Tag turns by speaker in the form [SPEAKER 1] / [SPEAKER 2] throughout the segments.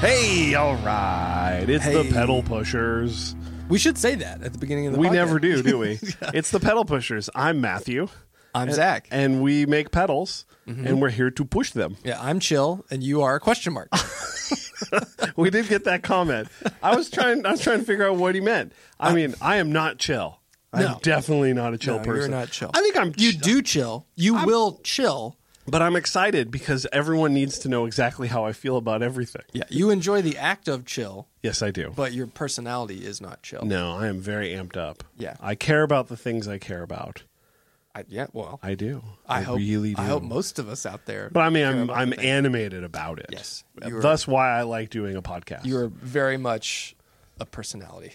[SPEAKER 1] Hey, all right. It's
[SPEAKER 2] Hey.
[SPEAKER 1] the pedal pushers.
[SPEAKER 2] We should say that at the beginning of the
[SPEAKER 1] We
[SPEAKER 2] podcast.
[SPEAKER 1] never do, do we? It's the pedal pushers. I'm Matthew,
[SPEAKER 2] I'm Zach. Mm-hmm.
[SPEAKER 1] and we make pedals, and we're here to push them.
[SPEAKER 2] yeah, I'm chill, and you are question mark.
[SPEAKER 1] We did get that comment. I was trying. I was trying to figure out what he meant. I mean, I am not chill. I'm
[SPEAKER 2] No.
[SPEAKER 1] definitely not a chill
[SPEAKER 2] No, you're
[SPEAKER 1] person.
[SPEAKER 2] not chill.
[SPEAKER 1] I think I'm.
[SPEAKER 2] you
[SPEAKER 1] chill,
[SPEAKER 2] do chill. You will chill.
[SPEAKER 1] but I'm excited because everyone needs to know exactly how I feel about everything.
[SPEAKER 2] Yeah, you enjoy the act of chill,
[SPEAKER 1] Yes, I do.
[SPEAKER 2] but your personality is not chill.
[SPEAKER 1] no, I am very amped up.
[SPEAKER 2] Yeah.
[SPEAKER 1] I care about the things I care about.
[SPEAKER 2] I, yeah, well, I,
[SPEAKER 1] I do.
[SPEAKER 2] hope
[SPEAKER 1] really do.
[SPEAKER 2] I hope most of us out there.
[SPEAKER 1] But I mean, I'm I'm animated about it.
[SPEAKER 2] Yes. You are-
[SPEAKER 1] That's why I like doing a podcast.
[SPEAKER 2] you are very much a personality.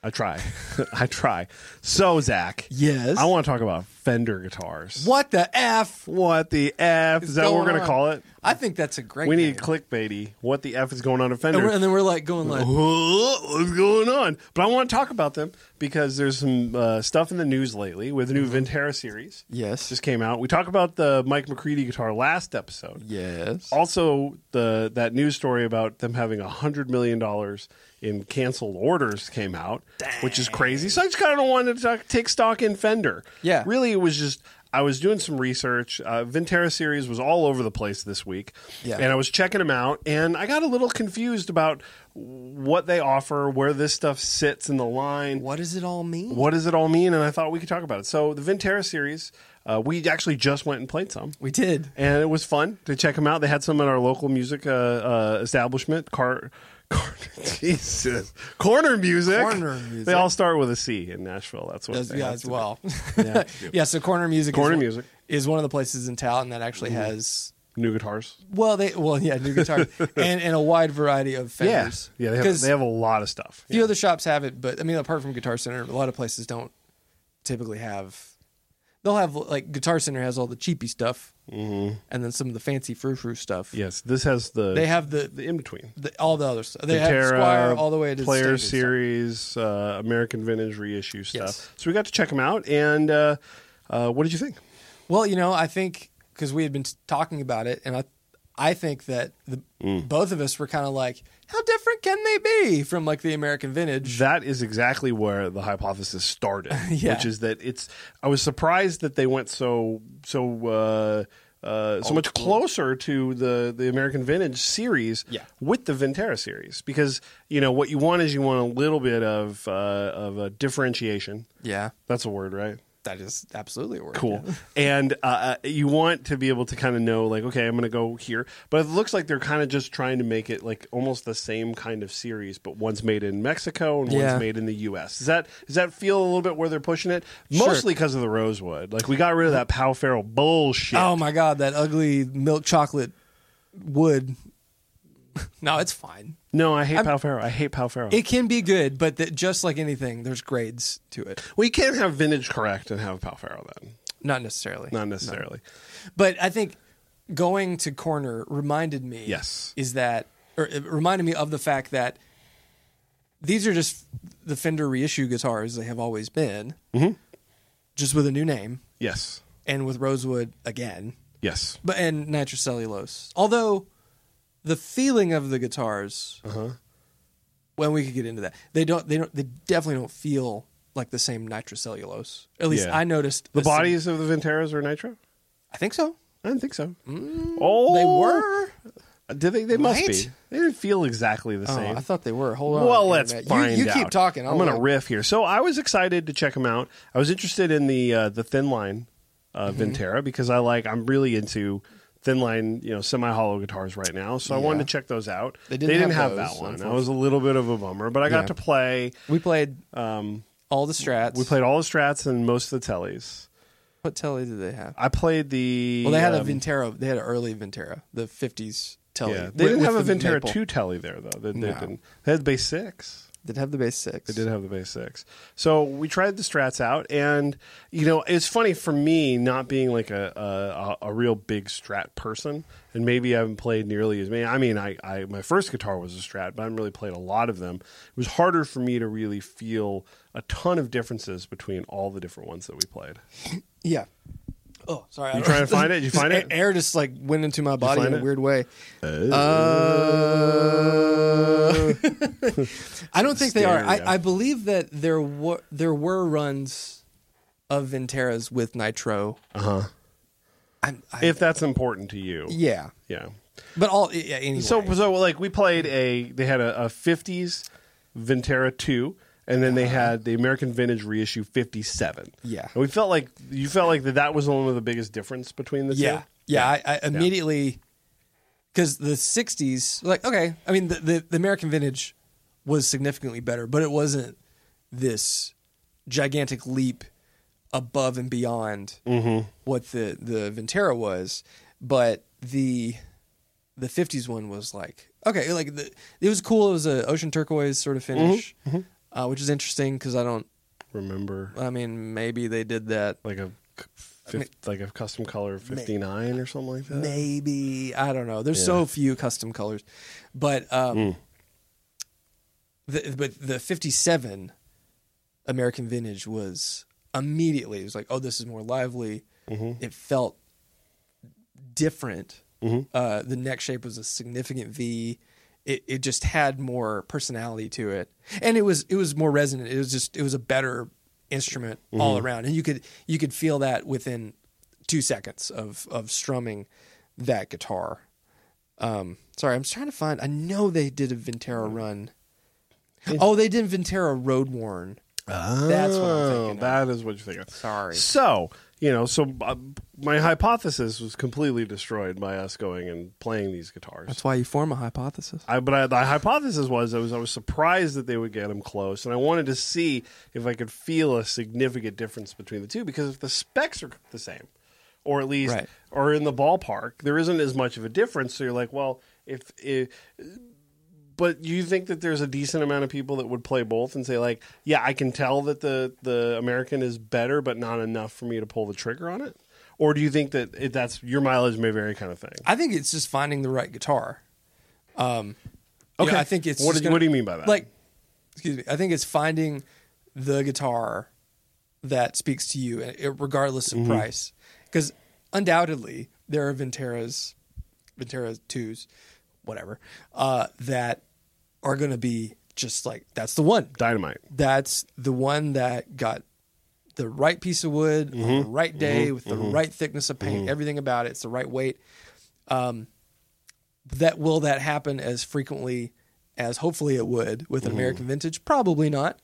[SPEAKER 1] I try. I try. So Zach,
[SPEAKER 2] Yes.
[SPEAKER 1] I want to talk about Fender guitars.
[SPEAKER 2] What the f?
[SPEAKER 1] What the f is that? what we're
[SPEAKER 2] going
[SPEAKER 1] gonna
[SPEAKER 2] on?
[SPEAKER 1] call it.
[SPEAKER 2] I think that's a great.
[SPEAKER 1] We
[SPEAKER 2] name.
[SPEAKER 1] need clickbaity. What the f is going on at Fender?
[SPEAKER 2] and, we're- and then we're like going like,
[SPEAKER 1] What's going on? But I want to talk about them because there's some uh, stuff in the news lately with the new
[SPEAKER 2] Mm-hmm.
[SPEAKER 1] Ventera series.
[SPEAKER 2] yes,
[SPEAKER 1] Just came out. We talked about the Mike McCready guitar last episode.
[SPEAKER 2] yes.
[SPEAKER 1] also the that news story about them having a hundred million dollars in canceled orders came out, which is crazy. So I just kind of wanted to talk, take stock in Fender.
[SPEAKER 2] Yeah.
[SPEAKER 1] really, it was just I was doing some research. Uh, Ventera series was all over the place this week,
[SPEAKER 2] Yeah.
[SPEAKER 1] and I was checking them out, and I got a little confused about what they offer, where this stuff sits in the line,
[SPEAKER 2] What does it all mean?
[SPEAKER 1] what does it all mean, and I thought we could talk about it. So the Ventera series, uh, we actually just went and played some
[SPEAKER 2] We did.
[SPEAKER 1] and it was fun to check them out. They had some at our local music uh, uh, establishment. Car, car, Jesus, corner music.
[SPEAKER 2] Corner music.
[SPEAKER 1] They all start with a C in Nashville. That's what.
[SPEAKER 2] Does,
[SPEAKER 1] they
[SPEAKER 2] yeah,
[SPEAKER 1] have
[SPEAKER 2] as
[SPEAKER 1] to do.
[SPEAKER 2] well. Yeah. so Corner Music.
[SPEAKER 1] Corner
[SPEAKER 2] is,
[SPEAKER 1] Music. Mm-hmm.
[SPEAKER 2] is one of the places in town that actually has
[SPEAKER 1] New guitars.
[SPEAKER 2] well, they well yeah new guitars and, and a wide variety of fenders.
[SPEAKER 1] yeah. They have,
[SPEAKER 2] because
[SPEAKER 1] they have a lot of stuff.
[SPEAKER 2] few other shops have it, but I mean, apart from Guitar Center, a lot of places don't typically have. They'll have like Guitar Center has all the cheapy stuff,
[SPEAKER 1] Mm-hmm.
[SPEAKER 2] and then some of the fancy frou frou stuff.
[SPEAKER 1] Yes, this has the
[SPEAKER 2] They have the,
[SPEAKER 1] the in between.
[SPEAKER 2] the all the other stuff. They have
[SPEAKER 1] Terra,
[SPEAKER 2] Squire all the way to
[SPEAKER 1] Player
[SPEAKER 2] standard stuff.
[SPEAKER 1] Series, uh, American Vintage reissue stuff.
[SPEAKER 2] Yes.
[SPEAKER 1] So we got to check them out. And uh, uh, what did you think?
[SPEAKER 2] Well, you know, I think because we had been t- talking about it, and I, I think that the,
[SPEAKER 1] Mm.
[SPEAKER 2] both of us were kind of like, how different can they be from like the American vintage?
[SPEAKER 1] That is exactly where the hypothesis started,
[SPEAKER 2] Yeah.
[SPEAKER 1] which is that it's. I was surprised that they went so so uh, uh,
[SPEAKER 2] Oh,
[SPEAKER 1] so much closer to the the American Vintage series
[SPEAKER 2] Yeah.
[SPEAKER 1] with the Ventera series because you know what you want is you want a little bit of uh, of a differentiation.
[SPEAKER 2] Yeah,
[SPEAKER 1] That's a word, right?
[SPEAKER 2] that is absolutely a word.
[SPEAKER 1] Cool. And uh, uh, you want to be able to kind of know, like, okay, I'm going to go here. But it looks like they're kind of just trying to make it like almost the same kind of series, but one's made in Mexico and
[SPEAKER 2] Yeah.
[SPEAKER 1] one's made in the U.S. Does that does that feel a little bit where they're pushing it? Mostly because of the Rosewood. Like we got rid of that Pow Ferrell bullshit.
[SPEAKER 2] Oh my god, that ugly milk chocolate wood. no, it's fine.
[SPEAKER 1] no, I hate Pow Ferrell. I hate Pow Ferrell.
[SPEAKER 2] It can be good, but that just like anything, there's grades to it.
[SPEAKER 1] well, you can't have vintage correct and have Pow Ferrell then.
[SPEAKER 2] Not necessarily.
[SPEAKER 1] Not necessarily.
[SPEAKER 2] But I think going to corner reminded me.
[SPEAKER 1] Yes.
[SPEAKER 2] Is that or it reminded me of the fact that these are just the Fender reissue guitars they have always been,
[SPEAKER 1] Mm-hmm.
[SPEAKER 2] just with a new name
[SPEAKER 1] Yes.
[SPEAKER 2] and with Rosewood again,
[SPEAKER 1] Yes.
[SPEAKER 2] but and nitrocellulose. Although the feeling of the guitars, uh-huh. when we could get into that, they don't. They don't. They definitely don't feel like the same nitrocellulose. At least
[SPEAKER 1] Yeah.
[SPEAKER 2] I noticed
[SPEAKER 1] The
[SPEAKER 2] same-
[SPEAKER 1] bodies of the Venteras are nitro.
[SPEAKER 2] I think so.
[SPEAKER 1] I didn't think so. oh,
[SPEAKER 2] Mm, They were.
[SPEAKER 1] Did they? They must
[SPEAKER 2] Right?
[SPEAKER 1] be. They didn't feel exactly the
[SPEAKER 2] Oh,
[SPEAKER 1] same.
[SPEAKER 2] I thought they were. Hold on.
[SPEAKER 1] well,
[SPEAKER 2] Wait a
[SPEAKER 1] let's
[SPEAKER 2] minute. You-
[SPEAKER 1] find
[SPEAKER 2] you,
[SPEAKER 1] out.
[SPEAKER 2] keep talking.
[SPEAKER 1] I'm going to riff here. So I was excited to check them out. I was interested in the uh, the thin line uh,
[SPEAKER 2] Mm-hmm.
[SPEAKER 1] Ventera because I like. I'm really into thin line, you know, semi hollow guitars right now. So I wanted to check those out.
[SPEAKER 2] They didn't have those,
[SPEAKER 1] that one. That was a little bit of a bummer, but I got
[SPEAKER 2] Yeah.
[SPEAKER 1] to play.
[SPEAKER 2] We played all the strats.
[SPEAKER 1] um, We played all the strats and most of the tellies.
[SPEAKER 2] What telly did they have?
[SPEAKER 1] I played the.
[SPEAKER 2] Well, they had a
[SPEAKER 1] um,
[SPEAKER 2] Vintero. They had an early Vintero, the '50s telly.
[SPEAKER 1] Yeah,
[SPEAKER 2] with-
[SPEAKER 1] they didn't
[SPEAKER 2] with
[SPEAKER 1] have a
[SPEAKER 2] the
[SPEAKER 1] Ventera
[SPEAKER 2] maple.
[SPEAKER 1] two telly there though. They, they
[SPEAKER 2] No.
[SPEAKER 1] didn't. They had base six.
[SPEAKER 2] Did have the bass six.
[SPEAKER 1] did have the base six. So we tried the strats out, and you know, it's funny for me not being like a a, a a real big strat person, and maybe I haven't played nearly as many. I mean, I, I my first guitar was a strat, but I haven't really played a lot of them. It was harder for me to really feel a ton of differences between all the different ones that we played.
[SPEAKER 2] Yeah, Oh, sorry. I
[SPEAKER 1] You
[SPEAKER 2] don't-
[SPEAKER 1] trying to find it? You
[SPEAKER 2] Just
[SPEAKER 1] find
[SPEAKER 2] a-
[SPEAKER 1] it?
[SPEAKER 2] Air just like went into my body
[SPEAKER 1] find
[SPEAKER 2] in a
[SPEAKER 1] it? Oh.
[SPEAKER 2] weird way. Uh, I don't think they are.
[SPEAKER 1] Stereo.
[SPEAKER 2] I, I believe that there were there were runs of Venteras with nitro. Uh huh. I'm, I,
[SPEAKER 1] Uh-huh. if that's important to you.
[SPEAKER 2] yeah,
[SPEAKER 1] Yeah.
[SPEAKER 2] but all yeah, anyway.
[SPEAKER 1] So so like we played a they had a, a 50s Ventera 2 and then they had the American Vintage reissue 57.
[SPEAKER 2] Uh-huh. Yeah.
[SPEAKER 1] And we felt like you felt like that that was one of the biggest difference between the
[SPEAKER 2] yeah,
[SPEAKER 1] two.
[SPEAKER 2] yeah. I, I immediately because the '60s, like okay, I mean the, the the American Vintage was significantly better, but it wasn't this gigantic leap above and beyond what the the Ventera was. But the the '50s one was like okay, like the, it was cool. It was a ocean turquoise sort of finish, Uh, which is interesting because I don't.
[SPEAKER 1] Remember
[SPEAKER 2] I mean, maybe they did that
[SPEAKER 1] like a c- fif- like a custom color 59 or something like that.
[SPEAKER 2] maybe I don't know. There's so few custom colors, but um,
[SPEAKER 1] Hmm.
[SPEAKER 2] the, but the '57 American Vintage was immediately it was like, oh, this is more lively.
[SPEAKER 1] Mm-hmm.
[SPEAKER 2] It felt different. Uh, the neck shape was a significant V. It it just had more personality to it, and it was it was more resonant. It was just it was a better instrument all around, and you could you could feel that within two seconds of of strumming that guitar. Um, sorry, I'm just trying to find. I know they did a Ventera run. Oh, they did Ventera Road Worn. That's what I'm
[SPEAKER 1] Oh,
[SPEAKER 2] thinking of.
[SPEAKER 1] that is what you're thinking. of.
[SPEAKER 2] Sorry.
[SPEAKER 1] So you know, so uh, my hypothesis was completely destroyed by us going and playing these guitars.
[SPEAKER 2] That's why you form a hypothesis.
[SPEAKER 1] I, but I, the hypothesis was I was I was surprised that they would get them close, and I wanted to see if I could feel a significant difference between the two because if the specs are the same, or at least
[SPEAKER 2] Right.
[SPEAKER 1] or in the ballpark, there isn't as much of a difference. So you're like, well, if, if but you think that there's a decent amount of people that would play both and say like, yeah, I can tell that the the American is better, but not enough for me to pull the trigger on it. Or do you think that it, that's your mileage may vary kind of thing?
[SPEAKER 2] I think it's just finding the right guitar. Um, okay.
[SPEAKER 1] Okay.
[SPEAKER 2] I think it's
[SPEAKER 1] What
[SPEAKER 2] just
[SPEAKER 1] do you- what do you mean by that?
[SPEAKER 2] Like, excuse me. I think it's finding the guitar that speaks to you, and it- regardless
[SPEAKER 1] Mm-hmm.
[SPEAKER 2] of price. Because undoubtedly there are Venteras, Ventera twos, whatever, uh, that are going to be just like that's the one
[SPEAKER 1] Dynamite.
[SPEAKER 2] that's the one that got the right piece of wood
[SPEAKER 1] Mm-hmm.
[SPEAKER 2] on the right day with the right thickness of paint, everything about it, it's the right weight. Um, that will that happen as frequently as hopefully it would with an American vintage? Probably not,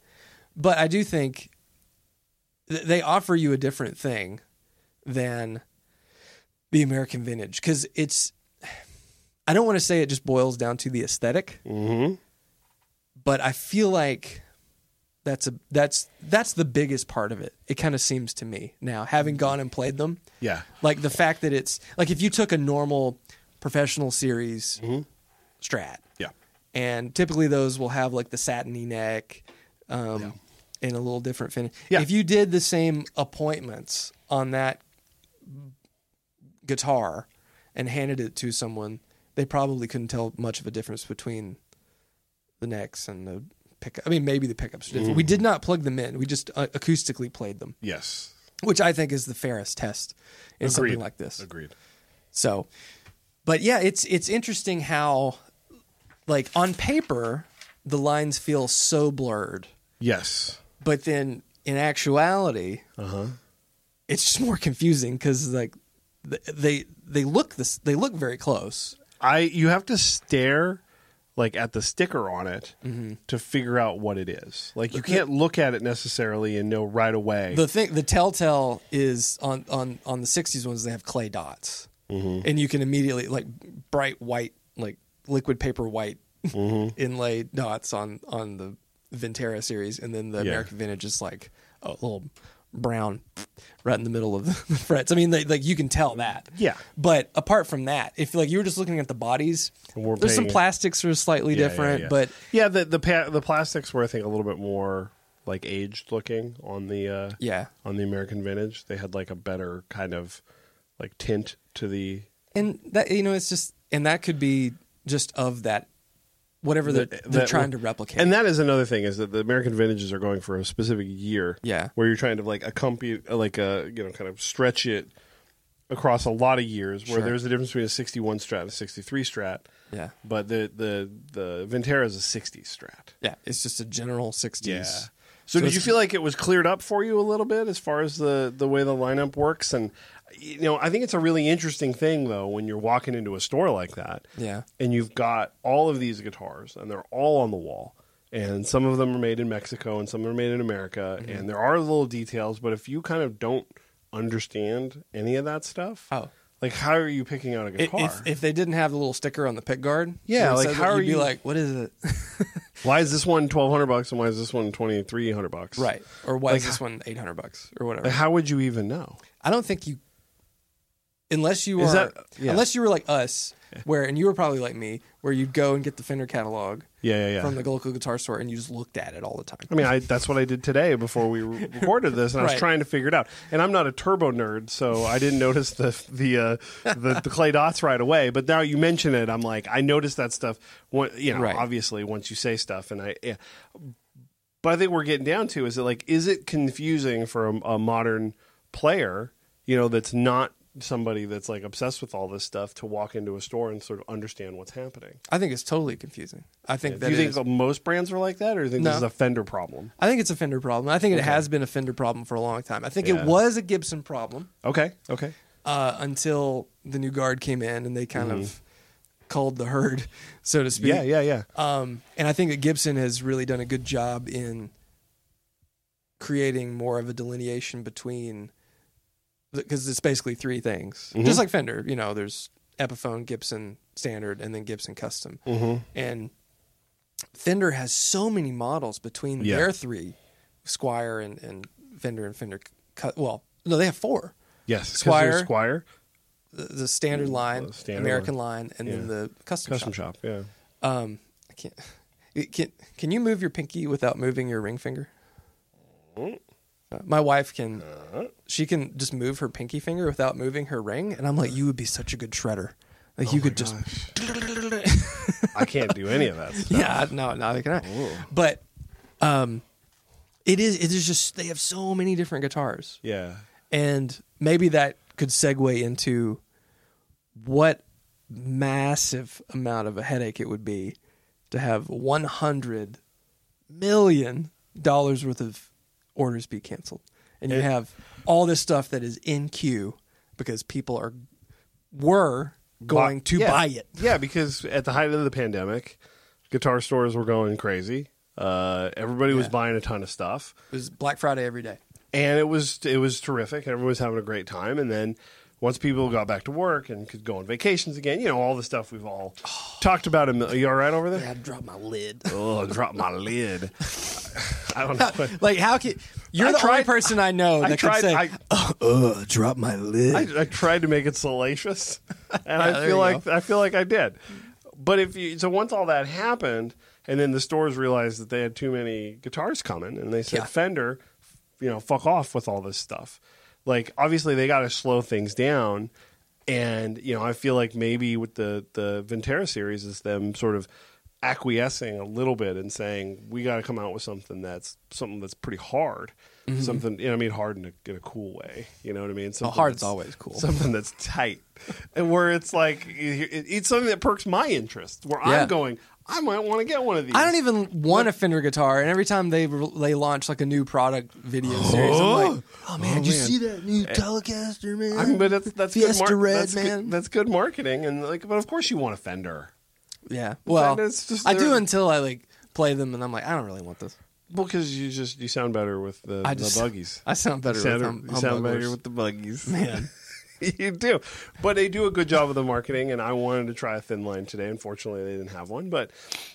[SPEAKER 2] but I do think th- they offer you a different thing than the American vintage because it's. I don't want to say it just boils down to the esthetic
[SPEAKER 1] Mm-hmm.
[SPEAKER 2] but I feel like that's a that's that's the biggest part of it. It kind of seems to me now, having gone and played them,
[SPEAKER 1] Yeah.
[SPEAKER 2] like the fact that it's like if you took a normal professional series strat,
[SPEAKER 1] Yeah.
[SPEAKER 2] and typically those will have like the satiny neck um, and a little different finish.
[SPEAKER 1] Yeah.
[SPEAKER 2] If you did the same appointments on that guitar and handed it to someone, they probably couldn't tell much of a difference between the necks and the pickup. I mean, maybe the pickups. are different. We did not plug them in. We just uh, acoustically played them,
[SPEAKER 1] Yes.
[SPEAKER 2] which I think is the fairest test in something
[SPEAKER 1] Agreed.
[SPEAKER 2] like this.
[SPEAKER 1] Agreed.
[SPEAKER 2] So, but yeah, it's it's interesting how, like on paper, the lines feel so blurred,
[SPEAKER 1] Yes.
[SPEAKER 2] but then in actuality, it's just more confusing because like th- they they look this they look very close.
[SPEAKER 1] I you have to stare like at the sticker on it
[SPEAKER 2] Mm-hmm.
[SPEAKER 1] to figure out what it is. Like you can't look at it necessarily and know right away.
[SPEAKER 2] The thing the telltale is on on on the '60s ones they have clay dots,
[SPEAKER 1] Mm-hmm.
[SPEAKER 2] and you can immediately like bright white like liquid paper white
[SPEAKER 1] Mm-hmm.
[SPEAKER 2] inlay dots on on the Ventera series, and then the
[SPEAKER 1] Yeah.
[SPEAKER 2] American Vintage is like a little brown right in the middle of the frets. I mean, like, like you can tell that.
[SPEAKER 1] Yeah.
[SPEAKER 2] But apart from that, if like you were just looking at the bodies,
[SPEAKER 1] We're
[SPEAKER 2] there's some
[SPEAKER 1] paying-
[SPEAKER 2] plastics that are slightly
[SPEAKER 1] Yeah, yeah,
[SPEAKER 2] different,
[SPEAKER 1] yeah.
[SPEAKER 2] but
[SPEAKER 1] yeah, the the pa- the plastics were I think a little bit more like aged looking on the uh
[SPEAKER 2] yeah.
[SPEAKER 1] on the American vintage. They had like a better kind of like tint to the
[SPEAKER 2] and that you know it's just and that could be just of that whatever they're,
[SPEAKER 1] that-
[SPEAKER 2] they're
[SPEAKER 1] that-
[SPEAKER 2] trying to replicate
[SPEAKER 1] And that is another thing is that the American vintages are going for a specific year.
[SPEAKER 2] Yeah.
[SPEAKER 1] uh, where you're trying to like accompany, like uh, you know, kind of stretch it across a lot of years where
[SPEAKER 2] Sure.
[SPEAKER 1] there's a difference between a 61 strat and a 63 strat
[SPEAKER 2] Yeah.
[SPEAKER 1] but the the the Ventera is a 60s strat
[SPEAKER 2] Yeah. It's just a general 60s.
[SPEAKER 1] So, did
[SPEAKER 2] it's-
[SPEAKER 1] you feel like it was cleared up for you a little bit as far as the the way the lineup works? And you know, I think it's a really interesting thing though when you're walking into a store like that,
[SPEAKER 2] Yeah.
[SPEAKER 1] and you've got all of these guitars, and they're all on the wall. And some of them are made in Mexico, and some are made in America.
[SPEAKER 2] Mm-hmm.
[SPEAKER 1] And there are little details, but if you kind of don't understand any of that stuff,
[SPEAKER 2] Oh.
[SPEAKER 1] like how are you picking out a
[SPEAKER 2] I-
[SPEAKER 1] guitar?
[SPEAKER 2] If, if they didn't have the little sticker on the pick guard,
[SPEAKER 1] Yeah,
[SPEAKER 2] when it
[SPEAKER 1] like,
[SPEAKER 2] says it,
[SPEAKER 1] how are
[SPEAKER 2] you'd be
[SPEAKER 1] you-
[SPEAKER 2] like, what is it?
[SPEAKER 1] why is this one twelve hundred bucks, and why is this one twenty three hundred bucks?
[SPEAKER 2] right. Or why is this one 800 bucks or whatever?
[SPEAKER 1] Like, how would you even know?
[SPEAKER 2] I don't think you, unless you
[SPEAKER 1] Is
[SPEAKER 2] are,
[SPEAKER 1] that- yeah.
[SPEAKER 2] unless you were like us, where and you were probably like me, where you'd go and get the Fender catalog
[SPEAKER 1] Yeah, yeah, yeah.
[SPEAKER 2] from the local guitar store and you just looked at it all the time.
[SPEAKER 1] I mean, I, that's what I did today before we re- recorded this, and I was
[SPEAKER 2] Right.
[SPEAKER 1] trying to figure it out. And I'm not a turbo nerd, so I didn't notice the the, uh, the the clay dots right away. But now you mention it, I'm like, I noticed that stuff. One, you know,
[SPEAKER 2] Right.
[SPEAKER 1] obviously once you say stuff, and I. Yeah. But I think we're getting down to is it like is it confusing for a, a modern player, you know, that's not somebody that's like obsessed with all this stuff to walk into a store and sort of understand what's happening?
[SPEAKER 2] I think it's totally confusing. I think
[SPEAKER 1] Do
[SPEAKER 2] that
[SPEAKER 1] you
[SPEAKER 2] it
[SPEAKER 1] think
[SPEAKER 2] is-
[SPEAKER 1] most brands are like that, or do you think this
[SPEAKER 2] No.
[SPEAKER 1] is a Fender problem?
[SPEAKER 2] I think it's a Fender problem. I think it has been a Fender problem for a long time. I think
[SPEAKER 1] Yeah.
[SPEAKER 2] it was a Gibson problem
[SPEAKER 1] Okay, okay.
[SPEAKER 2] uh, until the new guard came in and they kind of culled the herd, so to speak.
[SPEAKER 1] Mm-hmm. Yeah, yeah, yeah.
[SPEAKER 2] Um, and I think that Gibson has really done a good job in creating more of a delineation between because it's basically three things,
[SPEAKER 1] Mm-hmm.
[SPEAKER 2] just like Fender. You know, there's Epiphone, Gibson standard, and then Gibson custom.
[SPEAKER 1] Mm-hmm.
[SPEAKER 2] And Fender has so many models between
[SPEAKER 1] Yeah.
[SPEAKER 2] their three, Squire and, and Fender and Fender. Cu- well, no, they have four:
[SPEAKER 1] Yes, 'cause
[SPEAKER 2] Squire.
[SPEAKER 1] there's Squire,
[SPEAKER 2] the, the standard line,
[SPEAKER 1] the standard
[SPEAKER 2] American line, and
[SPEAKER 1] Yeah.
[SPEAKER 2] then the custom.
[SPEAKER 1] custom
[SPEAKER 2] shop.
[SPEAKER 1] shop. Yeah,
[SPEAKER 2] Um, I can't. it Can Can you move your pinky without moving your ring finger? Uh, My wife can. She can just move her pinky finger without moving her ring, and I'm like, you would be such a good shredder. Like you could just.
[SPEAKER 1] I can't do any of that. Stuff.
[SPEAKER 2] yeah, no, neither can I. But, um, it is. It is just they have so many different guitars.
[SPEAKER 1] Yeah,
[SPEAKER 2] And maybe that could segue into what massive amount of a headache it would be to have 100 million dollars worth of orders be canceled. And you have all this stuff that is in queue because people are were going
[SPEAKER 1] Bu-
[SPEAKER 2] to
[SPEAKER 1] yeah.
[SPEAKER 2] buy it.
[SPEAKER 1] Yeah, because at the height of the pandemic, guitar stores were going crazy. Uh, everybody was buying a ton of stuff,
[SPEAKER 2] It was Black Friday every day.
[SPEAKER 1] and it was it was terrific. Everyone was having a great time, and then. Once people got back to work and could go on vacations again, you know all the stuff we've all talked about. a mil- Are you all right over there?
[SPEAKER 2] I had to drop my lid.
[SPEAKER 1] Oh, drop my lid. I don't know.
[SPEAKER 2] like how can you're
[SPEAKER 1] I
[SPEAKER 2] the only
[SPEAKER 1] tried-
[SPEAKER 2] person I know that
[SPEAKER 1] I tried.
[SPEAKER 2] can say "Oh,
[SPEAKER 1] I,
[SPEAKER 2] Ugh, drop my lid.
[SPEAKER 1] I, I tried to make it salacious, and
[SPEAKER 2] there
[SPEAKER 1] I
[SPEAKER 2] you
[SPEAKER 1] feel like I feel like I did. But if you so once all that happened, and then the stores realized that they had too many guitars coming, and they said
[SPEAKER 2] Yeah.
[SPEAKER 1] Fender, you know, fuck off with all this stuff. Like obviously they got to slow things down, and you know I feel like maybe with the the Ventura series is them sort of acquiescing a little bit and saying we got to come out with something that's something that's pretty hard.
[SPEAKER 2] Mm-hmm.
[SPEAKER 1] Something, you know, I mean, hard in a, in a cool way. You know what I mean?
[SPEAKER 2] Well,
[SPEAKER 1] Something
[SPEAKER 2] hard's
[SPEAKER 1] that's-
[SPEAKER 2] always cool.
[SPEAKER 1] something that's tight and where it's like it- it's something that perks my interest where
[SPEAKER 2] Yeah.
[SPEAKER 1] i'm going i might want to get one of these
[SPEAKER 2] I don't even want a Fender guitar, and every time they they launch like a new product video series, I'm like, oh man, did you see that new Telecaster, man?
[SPEAKER 1] I mean, but that's that's good
[SPEAKER 2] Fiesta Red,
[SPEAKER 1] that's good-
[SPEAKER 2] man.
[SPEAKER 1] that's good marketing, and like, but of course you want a Fender.
[SPEAKER 2] yeah, well,
[SPEAKER 1] it's just
[SPEAKER 2] I do
[SPEAKER 1] they're-
[SPEAKER 2] until I like play them, and I'm like, I don't really want this.
[SPEAKER 1] Well, because you just you sound better with the,
[SPEAKER 2] I
[SPEAKER 1] the
[SPEAKER 2] just
[SPEAKER 1] buggies.
[SPEAKER 2] I sound better
[SPEAKER 1] you sound,
[SPEAKER 2] with hum,
[SPEAKER 1] you sound
[SPEAKER 2] humbuggers.
[SPEAKER 1] better with the buggies,
[SPEAKER 2] Man.
[SPEAKER 1] you do, but they do a good job of the marketing, and I wanted to try a thin line today. Unfortunately, they didn't have one. But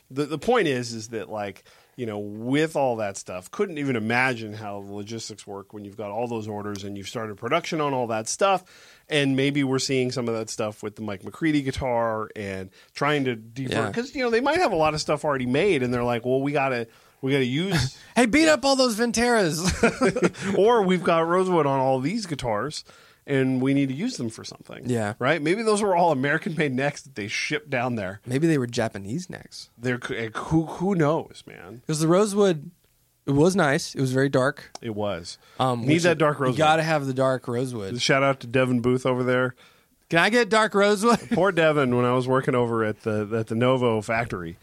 [SPEAKER 1] the the point is, is that like you know, with all that stuff, couldn't even imagine how the logistics work when you've got all those orders and you've started production on all that stuff. And maybe we're seeing some of that stuff with the Mike McCready guitar and trying to defer
[SPEAKER 2] Yeah.
[SPEAKER 1] because you know they might have a lot of stuff already made, and they're like, well, we gotta we gotta use
[SPEAKER 2] Hey, beat up all those Venteras.
[SPEAKER 1] or we've got rosewood on all these guitars and we need to use them for something
[SPEAKER 2] Yeah.
[SPEAKER 1] right maybe those were all american made necks that they shipped down there
[SPEAKER 2] Maybe they were Japanese necks
[SPEAKER 1] They're, who, who knows man
[SPEAKER 2] because the Rosewood It was nice. It was very dark.
[SPEAKER 1] It was.
[SPEAKER 2] Um,
[SPEAKER 1] Need
[SPEAKER 2] which
[SPEAKER 1] that
[SPEAKER 2] is-
[SPEAKER 1] dark rosewood.
[SPEAKER 2] You gotta have the dark rosewood.
[SPEAKER 1] Shout out to Devin Booth over there.
[SPEAKER 2] Can I get dark rosewood?
[SPEAKER 1] Poor Devin, when I was working over at the at the Novo factory,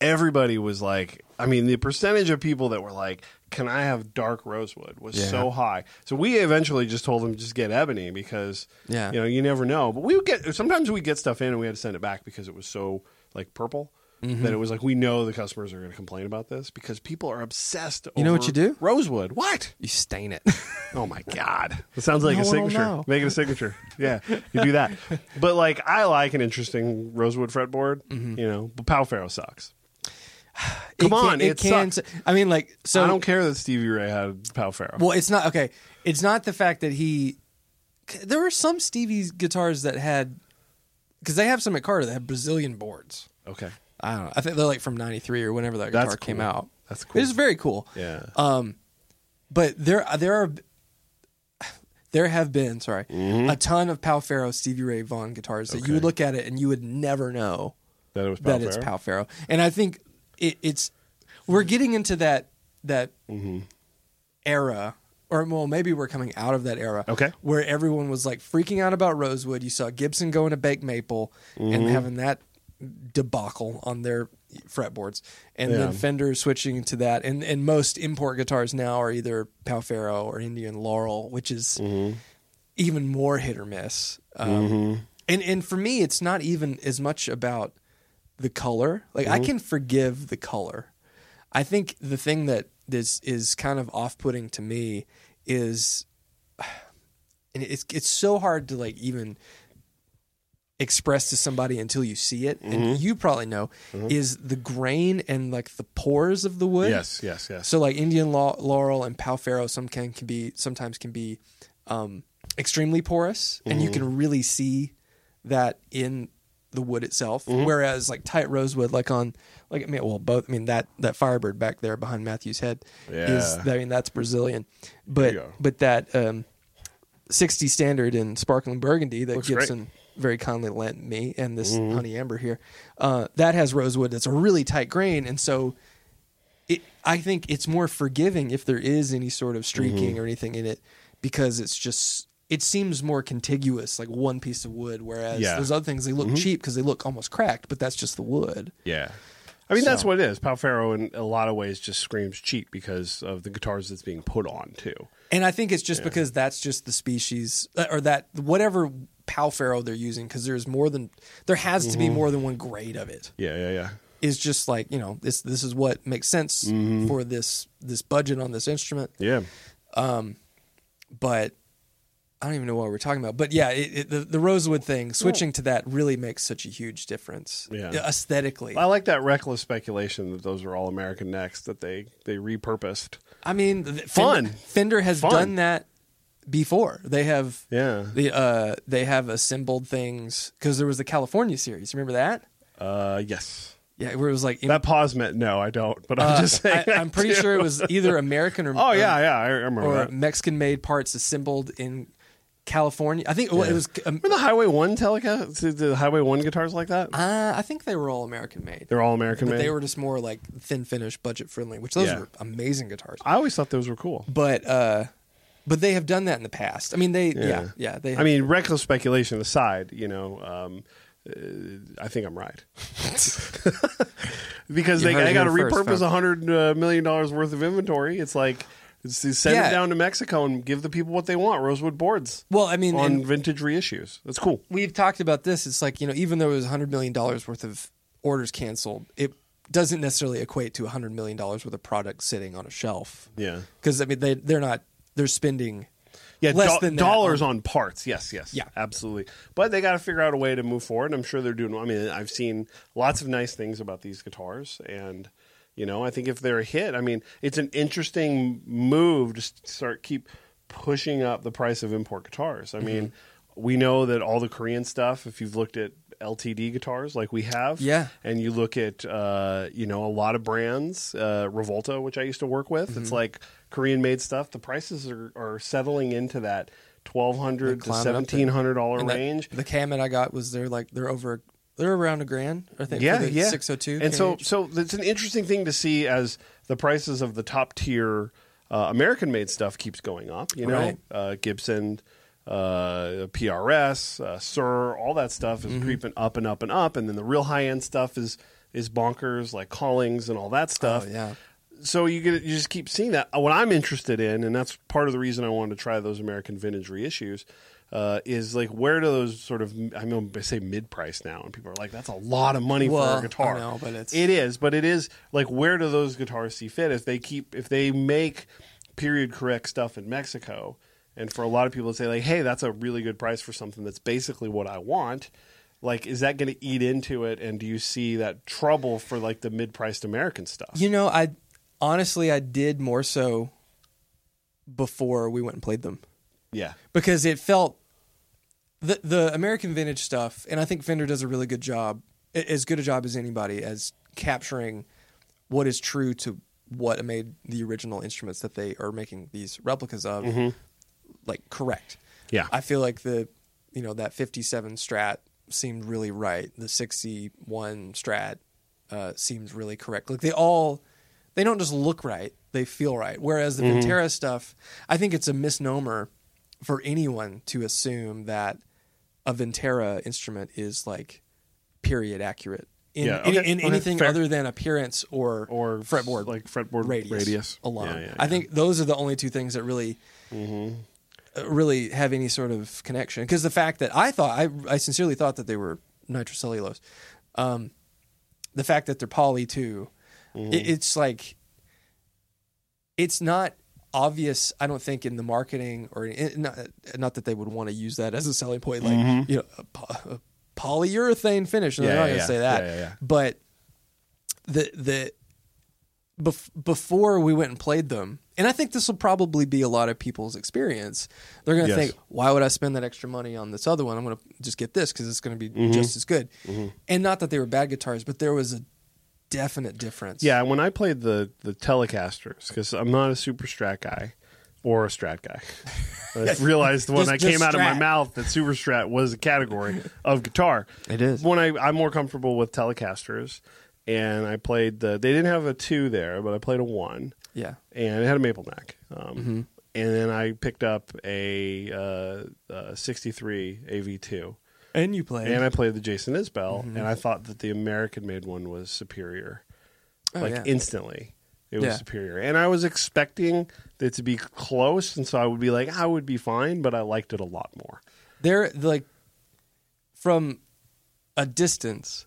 [SPEAKER 1] everybody was like, I mean, the percentage of people that were like, "Can I have dark rosewood?" was so high. So we eventually just told them just get ebony because
[SPEAKER 2] Yeah.
[SPEAKER 1] you know you never know. But we would get sometimes we get stuff in and we had to send it back because it was so like purple.
[SPEAKER 2] Mm-hmm.
[SPEAKER 1] That it was like we know the customers are going to complain about this because people are obsessed.
[SPEAKER 2] You know
[SPEAKER 1] over
[SPEAKER 2] what you do?
[SPEAKER 1] Rosewood. What?
[SPEAKER 2] You stain it.
[SPEAKER 1] Oh my god! It sounds like
[SPEAKER 2] No
[SPEAKER 1] a
[SPEAKER 2] one will
[SPEAKER 1] signature.
[SPEAKER 2] know.
[SPEAKER 1] Make it a signature. Yeah, you do that. But like, I like an interesting rosewood fretboard.
[SPEAKER 2] Mm-hmm.
[SPEAKER 1] You know, but Pal Ferro sucks. Come
[SPEAKER 2] it can,
[SPEAKER 1] on,
[SPEAKER 2] it,
[SPEAKER 1] it
[SPEAKER 2] can.
[SPEAKER 1] sucks.
[SPEAKER 2] I mean, like so.
[SPEAKER 1] I don't care that Stevie Ray had Pal Ferro.
[SPEAKER 2] Well, it's not okay. It's not the fact that he. There were some Stevie's guitars that had, because they have some at Carter that had Brazilian boards.
[SPEAKER 1] okay,
[SPEAKER 2] I don't know. I think they're like from '93 or whenever that guitar
[SPEAKER 1] That's
[SPEAKER 2] came
[SPEAKER 1] cool.
[SPEAKER 2] out.
[SPEAKER 1] That's
[SPEAKER 2] It
[SPEAKER 1] cool.
[SPEAKER 2] is very cool.
[SPEAKER 1] yeah,
[SPEAKER 2] Um, but there there are there have been sorry
[SPEAKER 1] Mm-hmm.
[SPEAKER 2] a ton of Pal Ferro, Stevie Ray Vaughan guitars that you would look at it and you would never know
[SPEAKER 1] that it was Pal
[SPEAKER 2] that it's
[SPEAKER 1] Ferro?
[SPEAKER 2] Pal Ferro. And I think it, it's we're getting into that that
[SPEAKER 1] Mm-hmm.
[SPEAKER 2] era, or well, maybe we're coming out of that era.
[SPEAKER 1] Okay.
[SPEAKER 2] where everyone was like freaking out about Rosewood. You saw Gibson going to Bake Maple
[SPEAKER 1] Mm-hmm.
[SPEAKER 2] and having that debacle on their fretboards, and
[SPEAKER 1] Yeah.
[SPEAKER 2] then Fender switching to that. And and most import guitars now are either Pal Ferro or Indian Laurel, which is
[SPEAKER 1] Mm-hmm.
[SPEAKER 2] even more hit or miss. Um, And and for me, it's not even as much about the color. Like I can forgive the color. I think the thing that this is kind of off putting to me is, and it's it's so hard to like even express to somebody until you see it, and you probably know is the grain and like the pores of the wood.
[SPEAKER 1] Yes, yes, yes.
[SPEAKER 2] So like Indian lau- laurel and pal ferro some can, can be sometimes can be um, extremely porous, and
[SPEAKER 1] Mm-hmm.
[SPEAKER 2] you can really see that in the wood itself.
[SPEAKER 1] Mm-hmm.
[SPEAKER 2] Whereas like tight rosewood, like on like I mean, well both I mean that that Firebird back there behind Matthew's head is
[SPEAKER 1] Yeah.
[SPEAKER 2] I mean that's Brazilian,
[SPEAKER 1] you go.
[SPEAKER 2] but but that um, sixty standard in sparkling burgundy that
[SPEAKER 1] great. Mm-hmm.
[SPEAKER 2] Gibson very kindly lent me and this honey amber here uh, that has rosewood that's a really tight grain and so it, I think it's more forgiving if there is any sort of streaking or anything in it because it's just it seems more contiguous like one piece of wood whereas
[SPEAKER 1] Yeah.
[SPEAKER 2] there's other things they look cheap 'cause cheap because they look almost cracked but that's just the wood
[SPEAKER 1] Yeah. I mean, that's
[SPEAKER 2] So-
[SPEAKER 1] what it is. Pal Ferro, in a lot of ways, just screams cheap because of the guitars that's being put on, too.
[SPEAKER 2] and I think it's just because that's just the species uh, or that whatever palfaro they're using because there's more than there has to be more than one grade of it
[SPEAKER 1] Yeah, yeah, yeah.
[SPEAKER 2] is just like you know this this is what makes sense for this this budget on this instrument
[SPEAKER 1] Yeah.
[SPEAKER 2] but I don't even know what we're talking about. But yeah, it, it, the, the Rosewood thing, switching to that really makes such a huge difference uh,
[SPEAKER 1] Yeah.
[SPEAKER 2] aesthetically.
[SPEAKER 1] I like that reckless speculation that those are all American necks that they, they repurposed.
[SPEAKER 2] I mean, th- Fender,
[SPEAKER 1] Fun.
[SPEAKER 2] Fender has
[SPEAKER 1] Fun.
[SPEAKER 2] done that before. They have
[SPEAKER 1] Yeah.
[SPEAKER 2] the uh, they have assembled things because there was the California series. Remember that?
[SPEAKER 1] Uh, yes.
[SPEAKER 2] Yeah, where it was like.
[SPEAKER 1] That pause meant no, I don't. But I'm
[SPEAKER 2] uh,
[SPEAKER 1] just saying.
[SPEAKER 2] I, I'm pretty
[SPEAKER 1] do.
[SPEAKER 2] sure it was either American or um,
[SPEAKER 1] Oh yeah, yeah, I remember
[SPEAKER 2] or,
[SPEAKER 1] that.
[SPEAKER 2] Mexican made parts assembled in California. I think well, it was. Um,
[SPEAKER 1] Remember the Highway One telecast? The- The Highway One guitars like that?
[SPEAKER 2] uh, I think they were all American made.
[SPEAKER 1] They're all American
[SPEAKER 2] but
[SPEAKER 1] made.
[SPEAKER 2] they were just more like thin finish, budget friendly, which those
[SPEAKER 1] Yeah.
[SPEAKER 2] were amazing guitars.
[SPEAKER 1] I always thought those were cool.
[SPEAKER 2] But uh, but they have done that in the past. I mean, they yeah
[SPEAKER 1] Yeah.
[SPEAKER 2] yeah, they.
[SPEAKER 1] I mean, reckless speculation aside, you know, um, uh, I think I'm right because
[SPEAKER 2] You
[SPEAKER 1] they,
[SPEAKER 2] heard it
[SPEAKER 1] they got to
[SPEAKER 2] here first,
[SPEAKER 1] repurpose
[SPEAKER 2] folks.
[SPEAKER 1] a hundred uh, million dollars worth of inventory. It's like it's, it's send
[SPEAKER 2] Yeah.
[SPEAKER 1] it down to Mexico and give the people what they want: rosewood boards
[SPEAKER 2] well, I mean,
[SPEAKER 1] on
[SPEAKER 2] and
[SPEAKER 1] vintage reissues. That's cool.
[SPEAKER 2] we've talked about this. It's like you know, even though it was hundred million dollars worth of orders canceled, it doesn't necessarily equate to hundred million dollars worth of product sitting on a shelf.
[SPEAKER 1] Yeah,
[SPEAKER 2] Because I mean, they they're not they're spending
[SPEAKER 1] yeah,
[SPEAKER 2] less
[SPEAKER 1] do-
[SPEAKER 2] than that um,
[SPEAKER 1] dollars on parts. Yes, yes,
[SPEAKER 2] Yeah.
[SPEAKER 1] absolutely. But they got to figure out a way to move forward. I'm sure they're doing. I mean, I've seen lots of nice things about these guitars, and you know, I think if they're a hit, I mean, it's an interesting move to s- start keep pushing up the price of import guitars.
[SPEAKER 2] Mm-hmm.
[SPEAKER 1] I mean, we know that all the Korean stuff. If you've looked at LTD guitars like we have,
[SPEAKER 2] Yeah.
[SPEAKER 1] and you look at uh, you know a lot of brands, uh, Revolta, which I used to work with.
[SPEAKER 2] Mm-hmm.
[SPEAKER 1] It's like Korean made stuff. The prices are, are settling into that twelve hundred to
[SPEAKER 2] They're climbing up there.
[SPEAKER 1] seventeen hundred dollar
[SPEAKER 2] and that-
[SPEAKER 1] range.
[SPEAKER 2] the Kamen I got was they're like they're over They're around a grand, I think.
[SPEAKER 1] yeah,
[SPEAKER 2] for the
[SPEAKER 1] yeah,
[SPEAKER 2] 602.
[SPEAKER 1] And so,
[SPEAKER 2] KH.
[SPEAKER 1] so it's an interesting thing to see as the prices of the top tier uh, American made stuff keeps going up. You know,
[SPEAKER 2] Right.
[SPEAKER 1] uh, Gibson, uh, PRS, uh, Sir, all that stuff
[SPEAKER 2] Mm-hmm.
[SPEAKER 1] is creeping up and up and up, and then the real high end stuff is is bonkers like Collings and all that stuff.
[SPEAKER 2] Oh, yeah.
[SPEAKER 1] So you get you just keep seeing that. What I'm interested in, and that's part of the reason I wanted to try those American vintage reissues, uh, is like where do those sort of I mean I say mid price now, and people are like that's a lot of money
[SPEAKER 2] Well,
[SPEAKER 1] for a
[SPEAKER 2] I
[SPEAKER 1] guitar.
[SPEAKER 2] know, but it's-
[SPEAKER 1] It is, but it is like where do those guitars see fit? If they keep if they make period correct stuff in Mexico, and for a lot of people to say like, hey, that's a really good price for something that's basically what I want. Like, is that going to eat into it? And do you see that trouble for like the mid-priced American stuff?
[SPEAKER 2] You know, I honestly I did more so before we went and played them
[SPEAKER 1] yeah.
[SPEAKER 2] because it felt the the American vintage stuff, and I think Fender does a really good job, a- as good a job as anybody, as capturing what is true to what made the original instruments that they are making these replicas of, like correct.
[SPEAKER 1] Yeah.
[SPEAKER 2] I feel like the you know that 57 strat seemed really right. The 61 strat uh seems really correct. Like they all they don't just look right, they feel right. Whereas the
[SPEAKER 1] Mm-hmm.
[SPEAKER 2] Ventera stuff, I think it's a misnomer for anyone to assume that a Ventera instrument is like period accurate in,
[SPEAKER 1] Yeah,
[SPEAKER 2] in,
[SPEAKER 1] okay,
[SPEAKER 2] in
[SPEAKER 1] okay,
[SPEAKER 2] anything
[SPEAKER 1] fair.
[SPEAKER 2] other than appearance or
[SPEAKER 1] Or
[SPEAKER 2] fretboard
[SPEAKER 1] like fretboard
[SPEAKER 2] radius,
[SPEAKER 1] radius,
[SPEAKER 2] alone.
[SPEAKER 1] Yeah, yeah,
[SPEAKER 2] I
[SPEAKER 1] yeah. Mm-hmm.
[SPEAKER 2] think those are the only two things that really uh, really have any sort of connection. Because the fact that I thought I, I sincerely thought that they were nitrocellulose, um, the fact that they're poly too,
[SPEAKER 1] Mm-hmm.
[SPEAKER 2] it, it's like it's not obvious. I don't think in the marketing or in, not, uh, not that they would want to use that as a selling point. Like you know, a, po- a polyurethane finish. No,
[SPEAKER 1] Yeah,
[SPEAKER 2] they're not
[SPEAKER 1] yeah,
[SPEAKER 2] going to
[SPEAKER 1] yeah.
[SPEAKER 2] say that.
[SPEAKER 1] Yeah, yeah, yeah.
[SPEAKER 2] But the the bef- before we went and played them, and I think this will probably be a lot of people's experience. They're going to
[SPEAKER 1] Yes.
[SPEAKER 2] think, "Why would I spend that extra money on this other one? I'm going to just get this because it's going to be
[SPEAKER 1] Mm-hmm.
[SPEAKER 2] just as good." And not that they were bad guitars, but there was a definite difference.
[SPEAKER 1] Yeah, when I played the the Telecasters, because I'm not a super strat guy or a strat guy. I realized when
[SPEAKER 2] Just-
[SPEAKER 1] I
[SPEAKER 2] just
[SPEAKER 1] came out of my
[SPEAKER 2] Strat.
[SPEAKER 1] mouth that super strat was a category of guitar.
[SPEAKER 2] It is.
[SPEAKER 1] When I I'm more comfortable with Telecasters, and I played the they didn't have a two there, but I played a one.
[SPEAKER 2] yeah.
[SPEAKER 1] and it had a maple neck. Um,
[SPEAKER 2] Mm-hmm.
[SPEAKER 1] And then I picked up a, uh, uh 63 AV2,
[SPEAKER 2] And you played.
[SPEAKER 1] and I played the Jason Isbell, and I thought that the American made one was superior,
[SPEAKER 2] Oh,
[SPEAKER 1] like
[SPEAKER 2] yeah.
[SPEAKER 1] instantly. It was
[SPEAKER 2] Yeah.
[SPEAKER 1] superior, and I was expecting it to be close, and so I would be like, I would be fine, but I liked it a lot more.
[SPEAKER 2] they're like from a distance.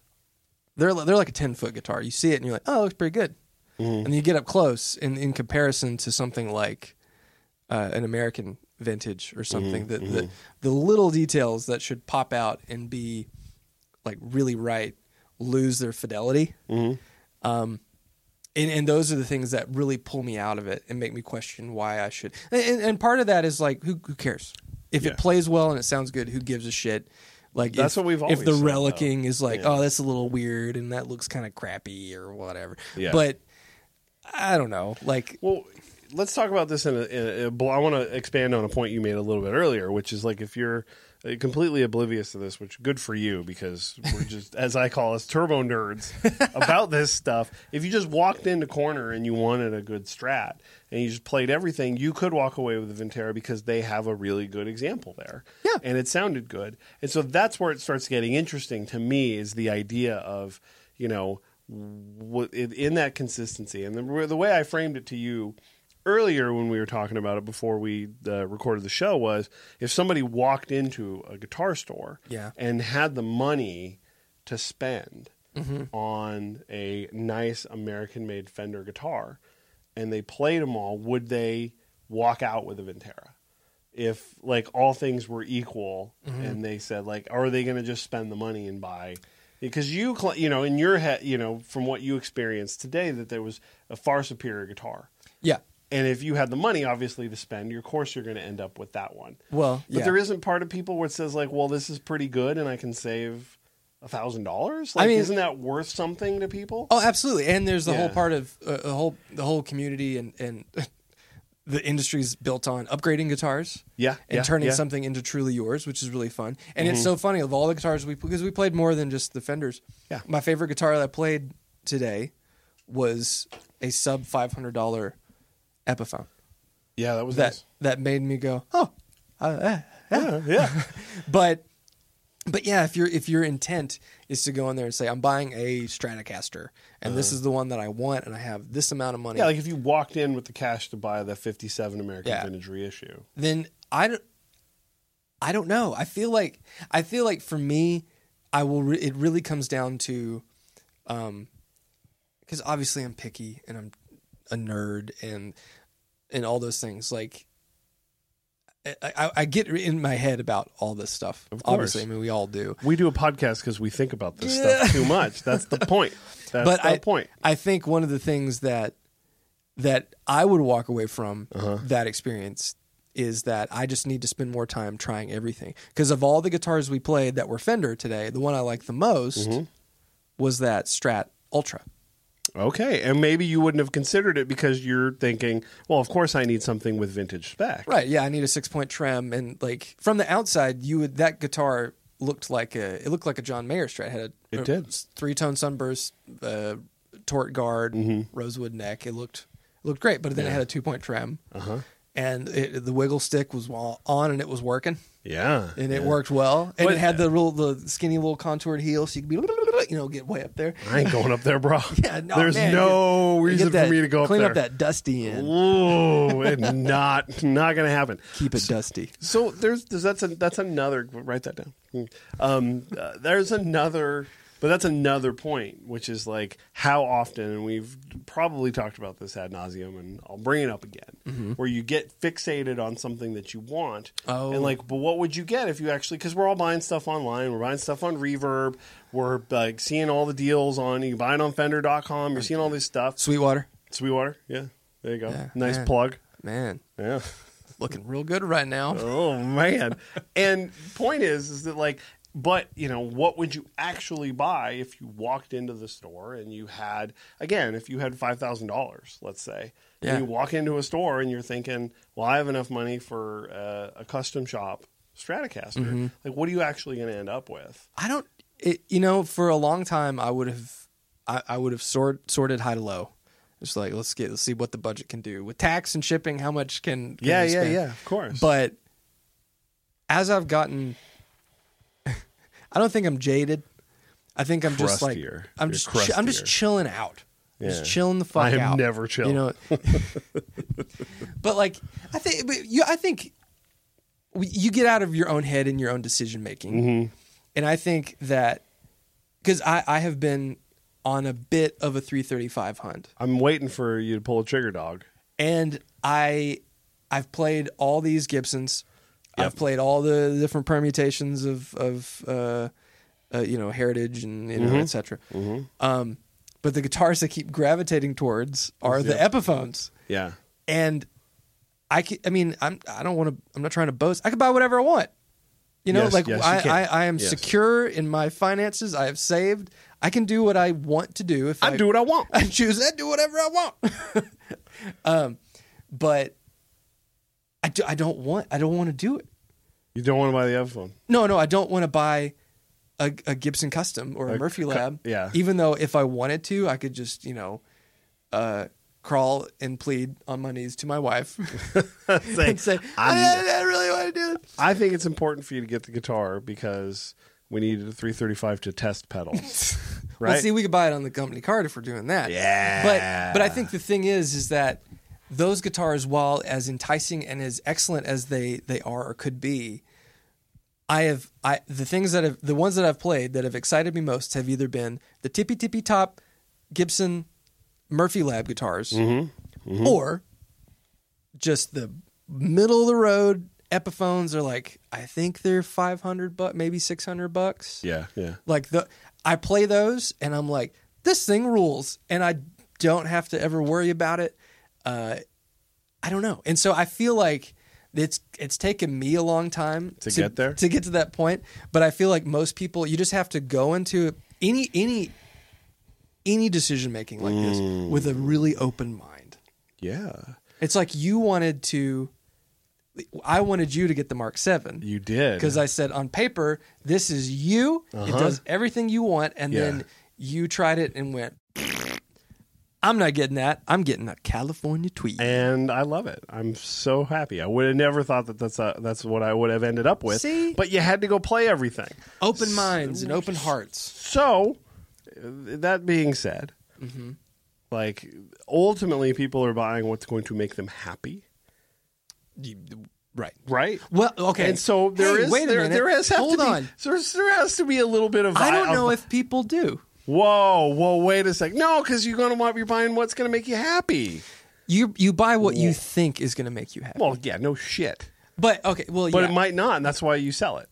[SPEAKER 2] They're they're like a ten foot guitar. You see it and you're like, oh, it looks pretty good.
[SPEAKER 1] Mm-hmm.
[SPEAKER 2] And then you get up close, and in comparison to something like uh, an American vintage
[SPEAKER 1] Mm-hmm.
[SPEAKER 2] or something, that the, the little details that should pop out and be like really right lose their fidelity.
[SPEAKER 1] Mm-hmm.
[SPEAKER 2] Um, and, and those are the things that really pull me out of it and make me question why I should. And, and, and part of that is like, who, who cares? If
[SPEAKER 1] Yeah.
[SPEAKER 2] it plays well and it sounds good, who gives a shit? Like
[SPEAKER 1] That's
[SPEAKER 2] if,
[SPEAKER 1] what we've always
[SPEAKER 2] if the
[SPEAKER 1] said, though.
[SPEAKER 2] relicking is like,
[SPEAKER 1] Yeah.
[SPEAKER 2] oh, that's a little weird and that looks kind of crappy or whatever.
[SPEAKER 1] Yeah.
[SPEAKER 2] But I don't know. Like,
[SPEAKER 1] Well, let's talk about this in a, in a bl- I want to expand on a point you made a little bit earlier, which is like if you're uh, completely oblivious to this, which good for you because we're just as I call us turbo nerds about this stuff. If you just walked into corner and you wanted a good strat and you just played everything, you could walk away with the Ventera because they have a really good example there.
[SPEAKER 2] Yeah.
[SPEAKER 1] And it sounded good. And so that's where it starts getting interesting to me is the idea of, you know, what in in that consistency and the, the way I framed it to you earlier when we were talking about it before we uh, recorded the show was if somebody walked into a guitar store
[SPEAKER 2] Yeah.
[SPEAKER 1] and had the money to spend on a nice American made Fender guitar and they played them all would they walk out with a Ventera if like all things were equal and they said like are they going to just spend the money and buy because you cl- you know in your head you know from what you experienced today that there was a far superior guitar
[SPEAKER 2] yeah.
[SPEAKER 1] and if you had the money obviously to spend of course you're going to end up with that one
[SPEAKER 2] Well,
[SPEAKER 1] but
[SPEAKER 2] yeah.
[SPEAKER 1] there isn't part of people where it says like well this is pretty good and i can save a thousand dollars
[SPEAKER 2] I
[SPEAKER 1] like
[SPEAKER 2] mean-
[SPEAKER 1] isn't that worth something to people
[SPEAKER 2] Oh, absolutely. And there's the whole
[SPEAKER 1] Yeah.
[SPEAKER 2] part of uh, the whole the whole community and and the industry's built on upgrading guitars
[SPEAKER 1] Yeah,
[SPEAKER 2] and
[SPEAKER 1] yeah,
[SPEAKER 2] turning
[SPEAKER 1] yeah. Mm-hmm.
[SPEAKER 2] something into truly yours, which is really fun. And it's so funny of all the guitars we because we played more than just the Fenders.
[SPEAKER 1] Yeah.
[SPEAKER 2] my favorite guitar that I played today was a sub five hundred dollar Epiphone
[SPEAKER 1] Yeah, that was
[SPEAKER 2] that
[SPEAKER 1] nice.
[SPEAKER 2] that made me go oh, uh, eh, eh."
[SPEAKER 1] Yeah, yeah.
[SPEAKER 2] but but yeah, if your if your intent is to go in there and say I'm buying a Stratocaster and
[SPEAKER 1] Uh-huh.
[SPEAKER 2] this is the one that I want and I have this amount of money,
[SPEAKER 1] Yeah, like if you walked in with the cash to buy the 57 American
[SPEAKER 2] Yeah.
[SPEAKER 1] Vintage reissue.
[SPEAKER 2] then I don't, I don't know. I feel like I feel like for me, I will. Re- it really comes down to, um, because obviously I'm picky and I'm a nerd and and all those things. Like, I, I, I get in my head about all this stuff.
[SPEAKER 1] Of course.
[SPEAKER 2] obviously, I mean we all do.
[SPEAKER 1] We do a podcast because we think about this
[SPEAKER 2] Yeah.
[SPEAKER 1] stuff too much. That's the point. That's
[SPEAKER 2] but
[SPEAKER 1] the
[SPEAKER 2] I,
[SPEAKER 1] point.
[SPEAKER 2] I think one of the things that that I would walk away from
[SPEAKER 1] Uh-huh.
[SPEAKER 2] that experience is that I just need to spend more time trying everything because of all the guitars we played that were Fender today, the one I liked the most
[SPEAKER 1] Mm-hmm.
[SPEAKER 2] was that Strat Ultra.
[SPEAKER 1] Okay, and maybe you wouldn't have considered it because you're thinking, well, of course I need something with vintage spec.
[SPEAKER 2] Right? Yeah, I need a six point trem, and like from the outside, you would that guitar looked like a it looked like a John Mayer Strat. It had a,
[SPEAKER 1] It did.
[SPEAKER 2] three tone sunburst, uh, tort guard,
[SPEAKER 1] Mm-hmm.
[SPEAKER 2] rosewood neck. It looked it looked great, but then it had a two point trem,
[SPEAKER 1] Uh-huh.
[SPEAKER 2] and it, the wiggle stick was wa- on and it was working,
[SPEAKER 1] Yeah.
[SPEAKER 2] and it worked well, and
[SPEAKER 1] What-
[SPEAKER 2] it had the little the skinny little contoured heel, so you could be you know get way up there.
[SPEAKER 1] I ain't going up there, bro.
[SPEAKER 2] Yeah, no,
[SPEAKER 1] There's
[SPEAKER 2] man,
[SPEAKER 1] no
[SPEAKER 2] you get- you
[SPEAKER 1] reason
[SPEAKER 2] get that-
[SPEAKER 1] for me to go up
[SPEAKER 2] clean
[SPEAKER 1] there.
[SPEAKER 2] up that dusty end,
[SPEAKER 1] Ooh, it not not gonna happen.
[SPEAKER 2] keep it dusty.
[SPEAKER 1] So there's, there's that's a, that's another write that down. Um, uh, there's another, but that's another point, which is like how often, and we've probably talked about this ad nauseum, and I'll bring it up again, where you get fixated on something that you want,
[SPEAKER 2] Mm-hmm. Oh.
[SPEAKER 1] and like, but what would you get if you actually? Because we're all buying stuff online, we're buying stuff on Reverb, we're like seeing all the deals on you can buy it on Fender.com, you're seeing all this stuff.
[SPEAKER 2] Sweetwater,
[SPEAKER 1] Sweetwater, yeah, there you go,
[SPEAKER 2] Yeah,
[SPEAKER 1] nice
[SPEAKER 2] man.
[SPEAKER 1] plug,
[SPEAKER 2] man,
[SPEAKER 1] yeah.
[SPEAKER 2] looking real good right now.
[SPEAKER 1] Oh man. and point is is that like but you know what would you actually buy if you walked into the store and you had again if you had $5000 let's say
[SPEAKER 2] Yeah.
[SPEAKER 1] and you walk into a store and you're thinking well i have enough money for uh, a custom shop stratocaster like what are you actually going to end up with
[SPEAKER 2] I don't. It, you know, for a long time, I would have, I, I would have sort, sorted high to low. Just like let's get let's see what the budget can do with tax and shipping. How much can, can we spend?
[SPEAKER 1] of course
[SPEAKER 2] But as I've gotten, I don't think I'm jaded. I think I'm just like
[SPEAKER 1] Crustier.
[SPEAKER 2] I'm
[SPEAKER 1] You're
[SPEAKER 2] just chi- I'm
[SPEAKER 1] crustier.
[SPEAKER 2] just chilling out. Just
[SPEAKER 1] Yeah.
[SPEAKER 2] chilling the fuck
[SPEAKER 1] I am
[SPEAKER 2] out.
[SPEAKER 1] never chill.
[SPEAKER 2] You know. but like I think but you I think we- you get out of your own head and your own decision making.
[SPEAKER 1] Mm-hmm.
[SPEAKER 2] And I think that cuz I I have been on a bit of a 335 hunt
[SPEAKER 1] i'm waiting for you to pull a trigger dog
[SPEAKER 2] and I I've played all these Gibsons. I've played all the different permutations of of uh, uh, you know heritage and you
[SPEAKER 1] Mm-hmm.
[SPEAKER 2] know etc. Um, but the guitars I keep gravitating towards are the Epiphones,
[SPEAKER 1] yeah
[SPEAKER 2] and I ca- I mean I'm I don't want to I'm not trying to boast. I can buy whatever I want. You know,
[SPEAKER 1] Yes,
[SPEAKER 2] like
[SPEAKER 1] yes, you
[SPEAKER 2] I,
[SPEAKER 1] can.
[SPEAKER 2] I, I am
[SPEAKER 1] Yes.
[SPEAKER 2] secure in my finances. I have saved. I can do what I want to do. If
[SPEAKER 1] i do what i want
[SPEAKER 2] I choose I do whatever I want. um, but I, do, I don't want I don't want to do it.
[SPEAKER 1] you don't want to buy the epiphone
[SPEAKER 2] No, no, I don't want to buy a, a Gibson Custom or a, Murphy Lab.
[SPEAKER 1] yeah.
[SPEAKER 2] Even though if I wanted to, I could just you know, uh, crawl and plead on my knees to my wife and say I, I really want to do it.
[SPEAKER 1] I think it's important for you to get the guitar because we needed a 335 to test pedal. right?
[SPEAKER 2] Well, see, we could buy it on the company card if we're doing that.
[SPEAKER 1] Yeah.
[SPEAKER 2] But but I think the thing is is that those guitars, while as enticing and as excellent as they they are or could be, I have I the things that have the ones that I've played that have excited me most have either been the tippy tippy top Gibson Murphy Lab guitars
[SPEAKER 1] Mm-hmm.
[SPEAKER 2] or just the middle of the road Epiphones are like I think they're 500 bucks maybe 600 bucks.
[SPEAKER 1] yeah, yeah.
[SPEAKER 2] Like the I play those and I'm like, this thing rules, and I don't have to ever worry about it. Uh, I don't know, and so I feel like it's it's taken me a long time
[SPEAKER 1] To get there?
[SPEAKER 2] to get to that point. But I feel like most people, you just have to go into any any
[SPEAKER 1] Mm.
[SPEAKER 2] any decision making like this with a really open mind.
[SPEAKER 1] Yeah.
[SPEAKER 2] It's like you wanted to. I wanted you to get the Mark Seven
[SPEAKER 1] You did
[SPEAKER 2] because I said on paper this is you. It does everything you want, and
[SPEAKER 1] Uh-huh. Yeah.
[SPEAKER 2] then you tried it and went. I'm not getting that. I'm getting a California tweet.
[SPEAKER 1] and I love it. I'm so happy. I would have never thought that that's a, that's what I would have ended up with.
[SPEAKER 2] See?
[SPEAKER 1] But you had to go play everything.
[SPEAKER 2] Open minds and open hearts.
[SPEAKER 1] So, uh, that being said,
[SPEAKER 2] Mm-hmm.
[SPEAKER 1] like ultimately, people are buying what's going to make them happy,
[SPEAKER 2] You- right.
[SPEAKER 1] right?
[SPEAKER 2] Well, okay.
[SPEAKER 1] And so there
[SPEAKER 2] Hey,
[SPEAKER 1] is
[SPEAKER 2] Wait a
[SPEAKER 1] there,
[SPEAKER 2] minute.
[SPEAKER 1] there has have
[SPEAKER 2] Hold
[SPEAKER 1] to
[SPEAKER 2] on.
[SPEAKER 1] Be, there's, there has to be a little bit of
[SPEAKER 2] I don't
[SPEAKER 1] of-
[SPEAKER 2] know if people do.
[SPEAKER 1] whoa whoa wait a sec no because you're gonna want you're buying what's gonna make you happy.
[SPEAKER 2] You you buy what you think is going to make you happy.
[SPEAKER 1] Well yeah no shit
[SPEAKER 2] but okay, well,
[SPEAKER 1] but
[SPEAKER 2] yeah,
[SPEAKER 1] it might not and that's why you sell it.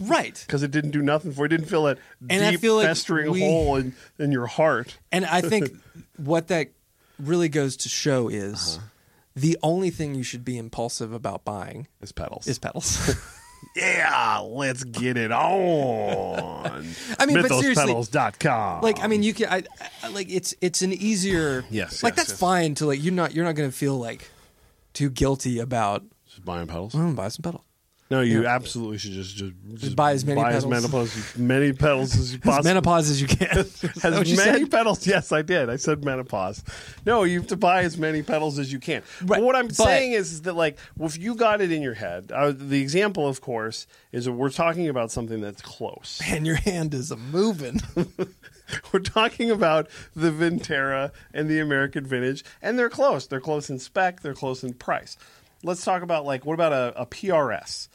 [SPEAKER 2] right.
[SPEAKER 1] because it didn't do nothing for it. Didn't fill that
[SPEAKER 2] And I
[SPEAKER 1] deep
[SPEAKER 2] feel like
[SPEAKER 1] festering
[SPEAKER 2] we-
[SPEAKER 1] hole in, in your heart.
[SPEAKER 2] And I think what that really goes to show
[SPEAKER 1] Uh-huh.
[SPEAKER 2] is the only thing you should be impulsive about buying
[SPEAKER 1] Is pedals?
[SPEAKER 2] is pedals.
[SPEAKER 1] yeah, let's get it on.
[SPEAKER 2] I mean, but seriously-
[SPEAKER 1] mythospedals.com.
[SPEAKER 2] like I mean, you can I, I like it's it's an easier
[SPEAKER 1] Yes,
[SPEAKER 2] like
[SPEAKER 1] yes,
[SPEAKER 2] that's
[SPEAKER 1] yes.
[SPEAKER 2] fine to like you're not you're not going to feel like too guilty about
[SPEAKER 1] just buying pedals.
[SPEAKER 2] I'm going to buy some pedals.
[SPEAKER 1] No, you absolutely should just just, just
[SPEAKER 2] buy as many
[SPEAKER 1] buy
[SPEAKER 2] pedals.
[SPEAKER 1] As many, pedals, many pedals as you
[SPEAKER 2] As
[SPEAKER 1] possibly
[SPEAKER 2] menopause as you can. Is that what
[SPEAKER 1] as
[SPEAKER 2] you
[SPEAKER 1] many
[SPEAKER 2] said?
[SPEAKER 1] pedals. Yes, I did. I said menopause. No, you have to buy as many pedals as you can.
[SPEAKER 2] Right,
[SPEAKER 1] But what I'm
[SPEAKER 2] but-
[SPEAKER 1] saying is, is that like if you got it in your head, uh, the example, of course, is that we're talking about something that's close.
[SPEAKER 2] and your hand is a moving.
[SPEAKER 1] We're talking about the Ventura and the American Vintage, and they're close. They're close in spec. They're close in price. Let's talk about like what about a, a PRS,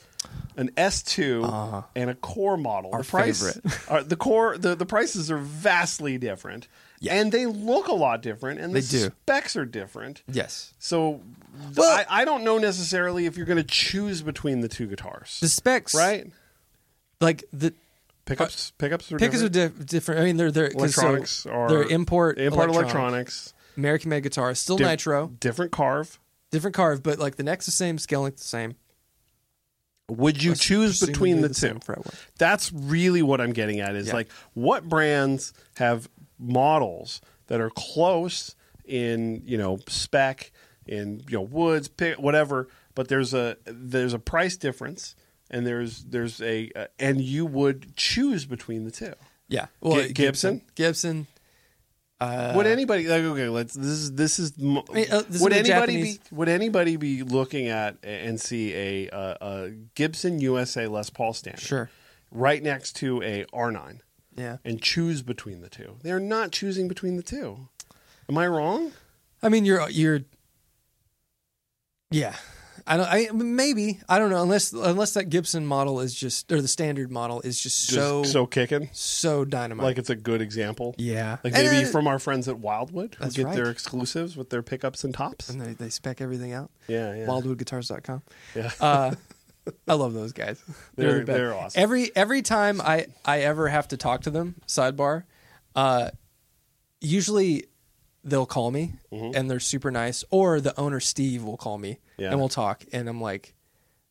[SPEAKER 1] an S2, and a Core model. Our the
[SPEAKER 2] Uh-huh. favorite.
[SPEAKER 1] are, the Core the, the prices are vastly different,
[SPEAKER 2] Yeah.
[SPEAKER 1] and they look a lot different, and the
[SPEAKER 2] They do.
[SPEAKER 1] specs are different.
[SPEAKER 2] yes.
[SPEAKER 1] So, th-
[SPEAKER 2] Well-
[SPEAKER 1] I, I don't know necessarily if you're going to choose between the two guitars,
[SPEAKER 2] The specs
[SPEAKER 1] right?
[SPEAKER 2] like the
[SPEAKER 1] Pickups, pickups, are
[SPEAKER 2] Uh, Pickups are
[SPEAKER 1] different.
[SPEAKER 2] diff- different. I mean, they're they're 'cause so
[SPEAKER 1] electronics are
[SPEAKER 2] they're import
[SPEAKER 1] import
[SPEAKER 2] electronic,
[SPEAKER 1] electronics.
[SPEAKER 2] American made guitar, still
[SPEAKER 1] Diff-
[SPEAKER 2] nitro,
[SPEAKER 1] Different carve.
[SPEAKER 2] different carve, but like the neck's the same, scale length the same.
[SPEAKER 1] Would you choose
[SPEAKER 2] Presumably
[SPEAKER 1] between the,
[SPEAKER 2] same
[SPEAKER 1] two?
[SPEAKER 2] fretwork.
[SPEAKER 1] That's really what I'm getting at is
[SPEAKER 2] Yeah.
[SPEAKER 1] like what brands have models that are close in, you know, spec in, you know, woods, pick, whatever, but there's a there's a price difference and there's there's a uh, and you would choose between the two.
[SPEAKER 2] Yeah, well,
[SPEAKER 1] Gi- Gibson?
[SPEAKER 2] Gibson.
[SPEAKER 1] would anybody like okay? Let's this is this is m-
[SPEAKER 2] Uh, mean, uh, this
[SPEAKER 1] would
[SPEAKER 2] is a
[SPEAKER 1] anybody
[SPEAKER 2] Japanese-
[SPEAKER 1] be would anybody be looking at a- and see a, uh a Gibson USA Les Paul standard
[SPEAKER 2] Sure.
[SPEAKER 1] right next to a R9
[SPEAKER 2] Yeah,
[SPEAKER 1] and choose between the two? They're not choosing between the two. Am I wrong?
[SPEAKER 2] I mean, you're you're. Yeah, I don't. I maybe I don't know unless unless that Gibson model is just or the standard model is just,
[SPEAKER 1] Just
[SPEAKER 2] so
[SPEAKER 1] so,
[SPEAKER 2] so
[SPEAKER 1] kicking
[SPEAKER 2] dynamite.
[SPEAKER 1] like it's a good example.
[SPEAKER 2] yeah,
[SPEAKER 1] Like
[SPEAKER 2] And
[SPEAKER 1] maybe
[SPEAKER 2] then-
[SPEAKER 1] from our friends at Wildwood who
[SPEAKER 2] That's
[SPEAKER 1] get
[SPEAKER 2] right.
[SPEAKER 1] their exclusives with their pickups and tops.
[SPEAKER 2] and they, they spec everything out.
[SPEAKER 1] Yeah, yeah,
[SPEAKER 2] wildwoodguitars.com.
[SPEAKER 1] yeah.
[SPEAKER 2] Uh, I love those guys.
[SPEAKER 1] They're-
[SPEAKER 2] the best.
[SPEAKER 1] they're awesome.
[SPEAKER 2] Every every time I I ever have to talk to them, sidebar, uh, usually they'll call me and they're super nice, or the owner Steve will call me
[SPEAKER 1] Mm-hmm. Yeah.
[SPEAKER 2] and we'll talk, and I'm like,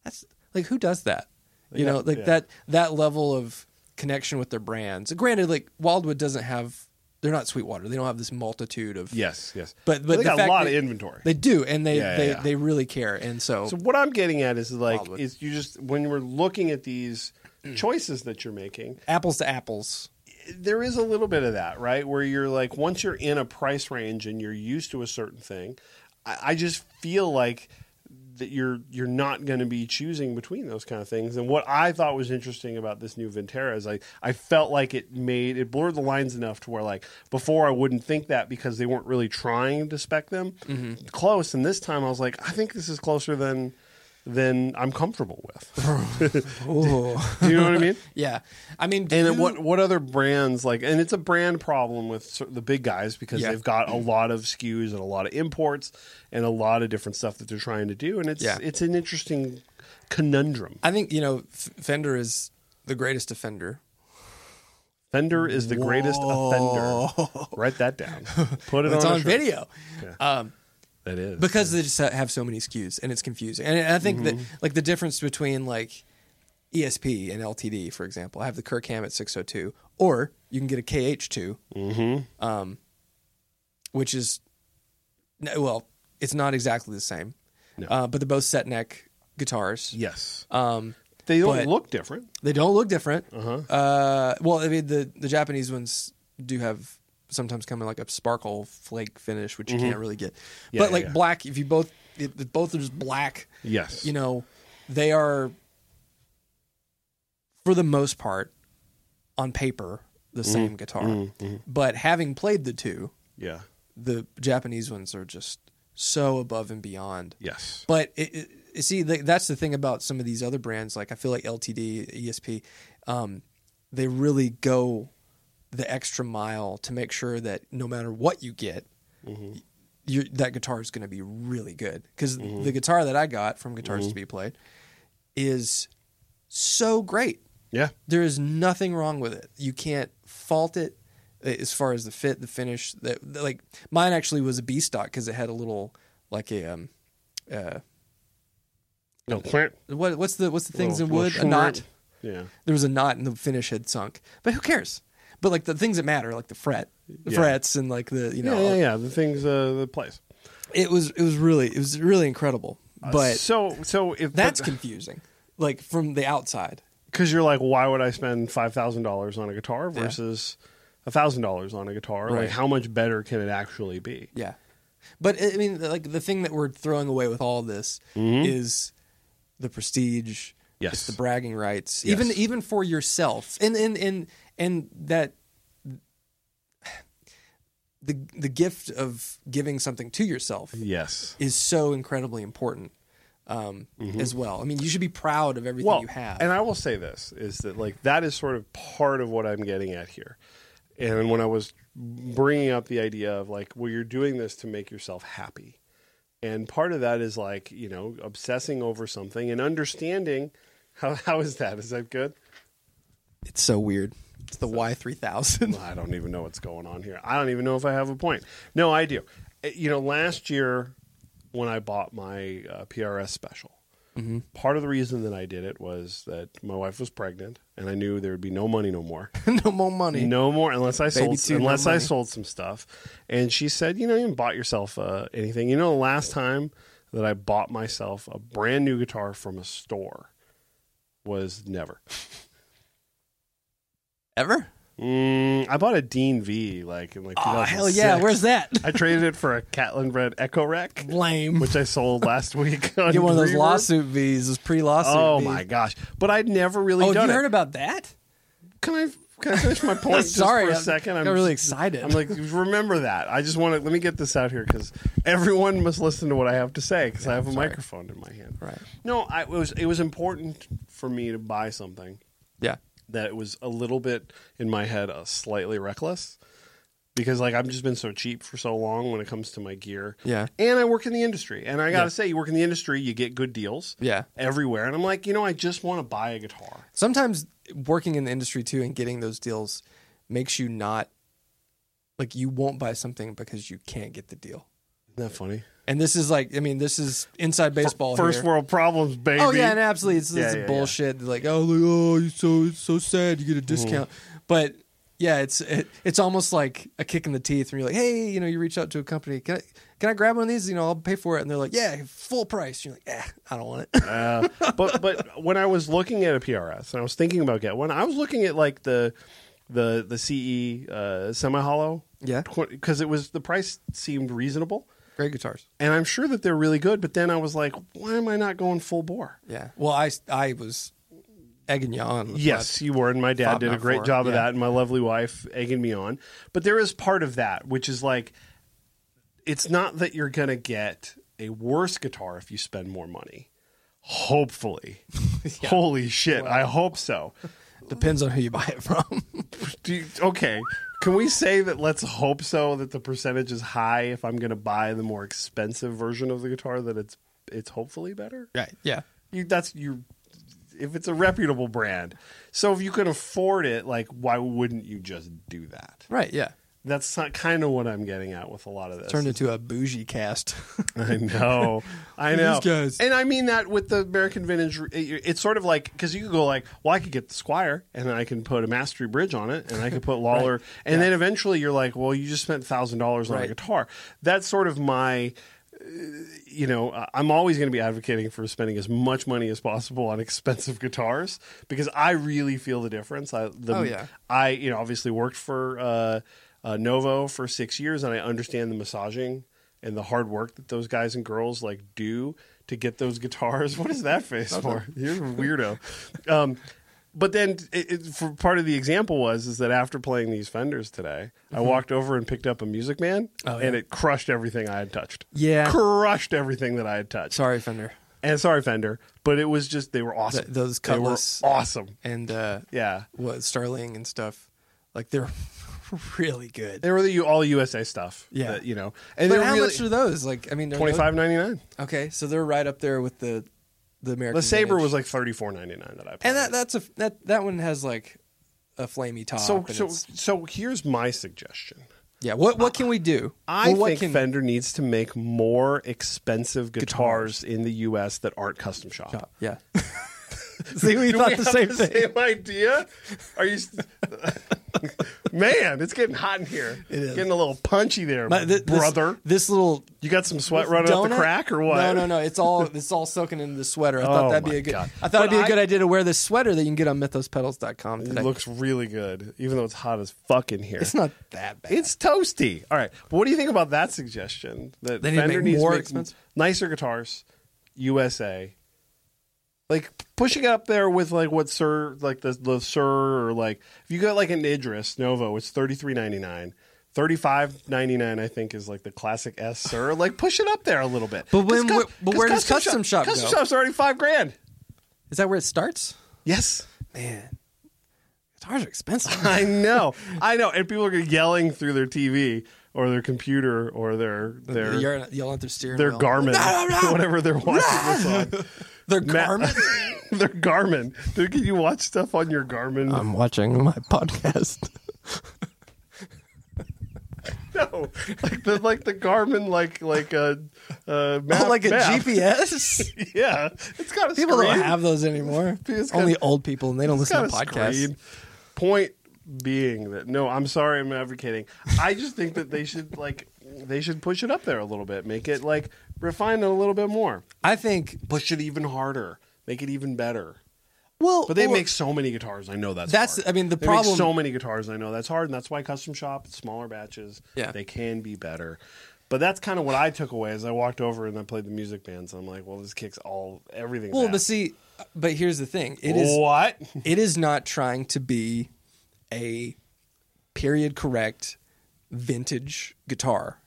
[SPEAKER 2] that's like who does that? You
[SPEAKER 1] Yeah,
[SPEAKER 2] know, like
[SPEAKER 1] yeah.
[SPEAKER 2] that that level of connection with their brands. Granted, like Wildwood doesn't have. They're not Sweetwater. They don't have this multitude of
[SPEAKER 1] yes, yes.
[SPEAKER 2] But- but
[SPEAKER 1] they
[SPEAKER 2] the
[SPEAKER 1] got
[SPEAKER 2] fact
[SPEAKER 1] a lot
[SPEAKER 2] that-
[SPEAKER 1] of inventory.
[SPEAKER 2] They do, and they
[SPEAKER 1] Yeah, yeah,
[SPEAKER 2] they,
[SPEAKER 1] yeah.
[SPEAKER 2] they really care, and so,
[SPEAKER 1] So what I'm getting at is like
[SPEAKER 2] Wildwood.
[SPEAKER 1] is you just when we're looking at these choices that you're making,
[SPEAKER 2] apples to apples.
[SPEAKER 1] there is a little bit of that, right? Where you're like once you're in a price range and you're used to a certain thing, I, I just feel like that you're you're not going to be choosing between those kind of things. And what I thought was interesting about this new Ventura is I I felt like it made it blurred the lines enough to where like before I wouldn't think that because they weren't really trying to spec them close. And this time I was like, I think this is closer than than I'm comfortable with.
[SPEAKER 2] Ooh.
[SPEAKER 1] Do you know what I mean?
[SPEAKER 2] Yeah, I mean,
[SPEAKER 1] And
[SPEAKER 2] do-
[SPEAKER 1] then what what other brands like? And it's a brand problem with cer- the big guys because
[SPEAKER 2] Yeah.
[SPEAKER 1] they've got a lot of SKUs and a lot of imports and a lot of different stuff that they're trying to do, and it's
[SPEAKER 2] Yeah.
[SPEAKER 1] it's an interesting conundrum.
[SPEAKER 2] I think you know, F- Fender is the greatest offender.
[SPEAKER 1] Fender is the greatest offender. Write that down. Put it
[SPEAKER 2] It's
[SPEAKER 1] on, a
[SPEAKER 2] on
[SPEAKER 1] shirt.
[SPEAKER 2] video
[SPEAKER 1] That is
[SPEAKER 2] because they just ha- have so many SKUs and it's confusing. And I think that
[SPEAKER 1] Mm-hmm.
[SPEAKER 2] like the difference between like ESP and LTD, for example, I have the Kirk Hammett 602, or you can get a
[SPEAKER 1] Mm-hmm.
[SPEAKER 2] KH2, um, which is no- well, It's not exactly the same,
[SPEAKER 1] No.
[SPEAKER 2] uh, but they're both set neck guitars.
[SPEAKER 1] Yes.
[SPEAKER 2] Um,
[SPEAKER 1] They don't
[SPEAKER 2] but-
[SPEAKER 1] look different.
[SPEAKER 2] they don't look different. Uh-huh. well, I mean the the Japanese ones do have sometimes come in like a sparkle flake finish, which you can't really get.
[SPEAKER 1] Mm-hmm. Yeah,
[SPEAKER 2] but
[SPEAKER 1] yeah,
[SPEAKER 2] like
[SPEAKER 1] yeah.
[SPEAKER 2] black, if you both if if both are just black,
[SPEAKER 1] Yes.
[SPEAKER 2] you know, they are for the most part on paper the
[SPEAKER 1] Mm-hmm.
[SPEAKER 2] same guitar. But having played the two,
[SPEAKER 1] Yeah.
[SPEAKER 2] the Japanese ones are just so above and beyond.
[SPEAKER 1] Yes.
[SPEAKER 2] But it, it, you see, like, that's the thing about some of these other brands. Like I feel like LTD, ESP, E um, they really go the extra mile to make sure that no matter what you get, you that guitar is going to be really good. Because the guitar that I got from Guitars to Be Played is so great.
[SPEAKER 1] Yeah.
[SPEAKER 2] There is nothing wrong with it. You can't fault it as far as the fit, the finish. That that, like mine actually was a B stock because it had a little like a um uh
[SPEAKER 1] No plant.
[SPEAKER 2] what what's the what's the things
[SPEAKER 1] little-
[SPEAKER 2] in wood
[SPEAKER 1] little
[SPEAKER 2] a knot.
[SPEAKER 1] short. Yeah.
[SPEAKER 2] There was a knot and the finish had sunk, but who cares? But like the things that matter, like the fret, the
[SPEAKER 1] Yeah.
[SPEAKER 2] frets, and like the you know,
[SPEAKER 1] yeah. Yeah. Yeah. The things. Uh, the place.
[SPEAKER 2] it was it was really it was really incredible. But
[SPEAKER 1] so so if
[SPEAKER 2] that's confusing, like from the outside.
[SPEAKER 1] because you're like, why would I spend five thousand dollars on a guitar versus thousand dollars on a guitar?
[SPEAKER 2] Right.
[SPEAKER 1] Like, how much better can it actually be?
[SPEAKER 2] Yeah. But I I mean, like the thing that we're throwing away with all this is the prestige.
[SPEAKER 1] Mm-hmm. Yes.
[SPEAKER 2] It's the bragging rights,
[SPEAKER 1] Yes.
[SPEAKER 2] even even for yourself, and and and and that the the gift of giving something to yourself
[SPEAKER 1] Yes.
[SPEAKER 2] is so incredibly important um, as well. I mean, you should be proud of everything you have.
[SPEAKER 1] Mm-hmm. And I will say this is that like that is sort of part of what I'm getting at here. And when I was bringing up the idea of like, well, you're doing this to make yourself happy. And part of that is like, you know, obsessing over something and understanding how, how is that? Is that good?
[SPEAKER 2] it's so weird. It's the Y three thousand.
[SPEAKER 1] I don't even know what's going on here. I don't even know if I have a point. No, I do. Uh, You know, last year when I bought my uh, PRS special,
[SPEAKER 2] Mm-hmm.
[SPEAKER 1] part of the reason that I did it was that my wife was pregnant, and I knew there would be no money, no more,
[SPEAKER 2] no more money.
[SPEAKER 1] no more unless I
[SPEAKER 2] Baby
[SPEAKER 1] sold
[SPEAKER 2] too, no
[SPEAKER 1] unless I
[SPEAKER 2] money.
[SPEAKER 1] sold some stuff. And she said, you know, you haven't bought yourself uh, anything. You know, the last time that I bought myself a brand new guitar from a store was never.
[SPEAKER 2] ever.
[SPEAKER 1] Mm, I bought a Dean V like in like
[SPEAKER 2] Oh hell yeah!
[SPEAKER 1] 2006.
[SPEAKER 2] Where's that?
[SPEAKER 1] I traded it for a Catlin Red Echo Rack,
[SPEAKER 2] Blame.
[SPEAKER 1] which I sold last week. On
[SPEAKER 2] Get one of those
[SPEAKER 1] Reverb.
[SPEAKER 2] lawsuit V's, those pre-lawsuit.
[SPEAKER 1] Oh
[SPEAKER 2] V's.
[SPEAKER 1] my gosh! But I'd never really
[SPEAKER 2] Oh, have
[SPEAKER 1] done
[SPEAKER 2] you
[SPEAKER 1] it.
[SPEAKER 2] heard about that?
[SPEAKER 1] can I can I finish my point? just
[SPEAKER 2] Sorry,
[SPEAKER 1] for a
[SPEAKER 2] I'm-
[SPEAKER 1] second.
[SPEAKER 2] got really excited.
[SPEAKER 1] I'm like, remember that. I just want to let me get this out here because everyone must listen to what I have to say because I have a microphone in my hand.
[SPEAKER 2] Right.
[SPEAKER 1] No, I, it was it was important for me to buy something
[SPEAKER 2] Yeah.
[SPEAKER 1] that was a little bit in my head uh, slightly reckless because like I've just been so cheap for so long when it comes to my gear.
[SPEAKER 2] Yeah.
[SPEAKER 1] And I work in the industry. And I got to
[SPEAKER 2] Yeah.
[SPEAKER 1] say you work in the industry, you get good deals
[SPEAKER 2] Yeah.
[SPEAKER 1] everywhere. And I'm like, you know, I just want to buy a guitar.
[SPEAKER 2] Sometimes working in the industry too and getting those deals makes you not like you won't buy something because you can't get the deal.
[SPEAKER 1] Isn't that funny?
[SPEAKER 2] And this is like, I mean, this is inside baseball.
[SPEAKER 1] First
[SPEAKER 2] here.
[SPEAKER 1] world problems, baby.
[SPEAKER 2] Oh yeah, and absolutely, it's,
[SPEAKER 1] Yeah,
[SPEAKER 2] it's
[SPEAKER 1] yeah, Mm-hmm. yeah.
[SPEAKER 2] bullshit. They're Like, oh, like, oh, you so it's so sad. You get a discount, but yeah, it's it, it's almost like a kick in the teeth. And you're like, hey, you know, you reach out to a company. Can I can I grab one of these? You know, I'll pay for it. And they're like, yeah, full price. You're like, eh, I don't want it.
[SPEAKER 1] Uh, but but when I was looking at a PRS and I was thinking about get one, I was looking at like the the the CE uh, semi hollow.
[SPEAKER 2] Yeah.
[SPEAKER 1] because it was the price seemed reasonable.
[SPEAKER 2] Great guitars.
[SPEAKER 1] and I'm sure that they're really good. But then I was like, why am I not going full bore?
[SPEAKER 2] Yeah. Well, I I was egging you on. with
[SPEAKER 1] Yes, you were, and my dad
[SPEAKER 2] Five
[SPEAKER 1] did a
[SPEAKER 2] not
[SPEAKER 1] great
[SPEAKER 2] four,
[SPEAKER 1] job of
[SPEAKER 2] yeah.
[SPEAKER 1] that, and my lovely wife egging me on. But there is part of that which is like, it's not that you're gonna get a worse guitar if you spend more money. Hopefully, holy shit, I hope so.
[SPEAKER 2] my- Depends on who you buy it from.
[SPEAKER 1] Do you, okay, can we say that? Let's hope so that the percentage is high if I'm gonna buy the more expensive version of the guitar. That it's it's hopefully better.
[SPEAKER 2] right. Yeah.
[SPEAKER 1] you that's you if it's a reputable brand so if you can afford it like why wouldn't you just do that
[SPEAKER 2] Right. Yeah.
[SPEAKER 1] that's not kind of what i'm getting at with a lot of this
[SPEAKER 2] Turned into a bougie cast.
[SPEAKER 1] i know i
[SPEAKER 2] These
[SPEAKER 1] know
[SPEAKER 2] guys.
[SPEAKER 1] and i mean that with the american vintage it- it's sort of like because you could go like well i could get the squire and i can put a mastery bridge on it and i could put lawler and then eventually you're like well you just spent $1000 on a
[SPEAKER 2] Right.
[SPEAKER 1] guitar that's sort of my uh, you know, I- I'm always going to be advocating for spending as much money as possible on expensive guitars because I really feel the difference. I, the,
[SPEAKER 2] Oh, yeah.
[SPEAKER 1] I, you know, obviously worked for uh, uh, Novo for six years, and I understand the massaging and the hard work that those guys and girls like do to get those guitars. What is that face for? You're a weirdo. Um, but then, it, it, for part of the example was is that after playing these Fenders today, I walked over and picked up a Music Man,
[SPEAKER 2] Mm-hmm. Oh,
[SPEAKER 1] and
[SPEAKER 2] yeah.
[SPEAKER 1] it crushed everything I had touched
[SPEAKER 2] Yeah.
[SPEAKER 1] crushed everything that I had touched.
[SPEAKER 2] Sorry, Fender.
[SPEAKER 1] And sorry, Fender, but it was just they were awesome.
[SPEAKER 2] Th- those
[SPEAKER 1] they were
[SPEAKER 2] Cutlass-
[SPEAKER 1] awesome.
[SPEAKER 2] And uh,
[SPEAKER 1] Yeah,
[SPEAKER 2] what Starling and stuff. Like they're really good.
[SPEAKER 1] they were the U- all USA stuff.
[SPEAKER 2] Yeah.
[SPEAKER 1] that, you know.
[SPEAKER 2] but
[SPEAKER 1] And they're
[SPEAKER 2] how
[SPEAKER 1] really,
[SPEAKER 2] much are those? Like I mean, are those-
[SPEAKER 1] twenty five ninety nine.
[SPEAKER 2] Okay, so they're right up there with the the American.
[SPEAKER 1] The Saber
[SPEAKER 2] vintage.
[SPEAKER 1] was like thirty four ninety nine that I. Played.
[SPEAKER 2] and that that's a that that one has like a flamey top.
[SPEAKER 1] so
[SPEAKER 2] and
[SPEAKER 1] so
[SPEAKER 2] it's-
[SPEAKER 1] so here's my suggestion.
[SPEAKER 2] yeah. What what can we do?
[SPEAKER 1] I
[SPEAKER 2] Well, what
[SPEAKER 1] think
[SPEAKER 2] can-
[SPEAKER 1] Fender needs to make more expensive guitars, in the U.S. that aren't custom shop.
[SPEAKER 2] Yeah. See, we
[SPEAKER 1] Do
[SPEAKER 2] thought
[SPEAKER 1] we
[SPEAKER 2] the
[SPEAKER 1] have
[SPEAKER 2] same
[SPEAKER 1] the
[SPEAKER 2] thing.
[SPEAKER 1] Same idea? Are you? s- Man, it's getting hot in here.
[SPEAKER 2] It is.
[SPEAKER 1] Getting a little punchy there,
[SPEAKER 2] But thi- this-
[SPEAKER 1] brother.
[SPEAKER 2] this little
[SPEAKER 1] You got some sweat running up the
[SPEAKER 2] donut?
[SPEAKER 1] crack or what?
[SPEAKER 2] No, no, no. It's all it's all soaking into the sweater. I
[SPEAKER 1] Oh,
[SPEAKER 2] thought that'd
[SPEAKER 1] my
[SPEAKER 2] be a good.
[SPEAKER 1] God.
[SPEAKER 2] I thought it'd
[SPEAKER 1] But
[SPEAKER 2] be a
[SPEAKER 1] I-
[SPEAKER 2] good idea to wear this sweater that you can get on mythospedals.com today.
[SPEAKER 1] It looks really good, even though it's hot as fuck in here.
[SPEAKER 2] it's not that bad.
[SPEAKER 1] It's toasty. All right. But what do you think about that suggestion? That
[SPEAKER 2] They need to
[SPEAKER 1] Fender
[SPEAKER 2] make
[SPEAKER 1] needs
[SPEAKER 2] more
[SPEAKER 1] to make
[SPEAKER 2] expensive?
[SPEAKER 1] nicer guitars, USA. Like pushing it up there with like what Sir, like the the Sir, or like if you got like an Idris Novo, it's thirty three ninety nine. Thirty five ninety nine, I think, is like the classic S Sir. Like push it up there a little bit.
[SPEAKER 2] But
[SPEAKER 1] 'Cause
[SPEAKER 2] when-
[SPEAKER 1] cu-
[SPEAKER 2] but
[SPEAKER 1] 'cause
[SPEAKER 2] where does custom shop
[SPEAKER 1] Custom
[SPEAKER 2] go?
[SPEAKER 1] shop's already five grand.
[SPEAKER 2] Is that where it starts?
[SPEAKER 1] Yes.
[SPEAKER 2] Man, guitars are expensive.
[SPEAKER 1] I know, I know, and people are yelling through their TV or their computer or their their
[SPEAKER 2] You're yelling at their steering
[SPEAKER 1] their
[SPEAKER 2] wheel.
[SPEAKER 1] Garmin,
[SPEAKER 2] No, no, no.
[SPEAKER 1] whatever they're watching this on.
[SPEAKER 2] Their Garmin. Um.
[SPEAKER 1] their Garmin. Dude, can you watch stuff on your Garmin?
[SPEAKER 2] I'm watching my podcast.
[SPEAKER 1] no, like the like the Garmin, like like a uh, map,
[SPEAKER 2] Oh, like a
[SPEAKER 1] map.
[SPEAKER 2] GPS.
[SPEAKER 1] Yeah, it's got a
[SPEAKER 2] People
[SPEAKER 1] screen.
[SPEAKER 2] don't have those anymore.
[SPEAKER 1] It's got-
[SPEAKER 2] Only old people, and they don't listen to
[SPEAKER 1] It's got a
[SPEAKER 2] podcasts.
[SPEAKER 1] screen. Point being that no, I'm sorry, I'm advocating. I just think that they should like they should push it up there a little bit, make it like refine it a little bit more.
[SPEAKER 2] I think.
[SPEAKER 1] push it even harder, make it even better.
[SPEAKER 2] Well,
[SPEAKER 1] But they
[SPEAKER 2] or-
[SPEAKER 1] make so many guitars. I know that's
[SPEAKER 2] That's-
[SPEAKER 1] hard.
[SPEAKER 2] I mean, the
[SPEAKER 1] They
[SPEAKER 2] problem-
[SPEAKER 1] Make so many guitars. I know that's hard, and that's why custom shop smaller batches.
[SPEAKER 2] Yeah.
[SPEAKER 1] they can be better. But that's kind of what I took away as I walked over and I played the music bands. I'm like, well, this kicks all everything.
[SPEAKER 2] Well, but see, but here's the thing. It is.
[SPEAKER 1] what?
[SPEAKER 2] it is not trying to be a period correct vintage guitar.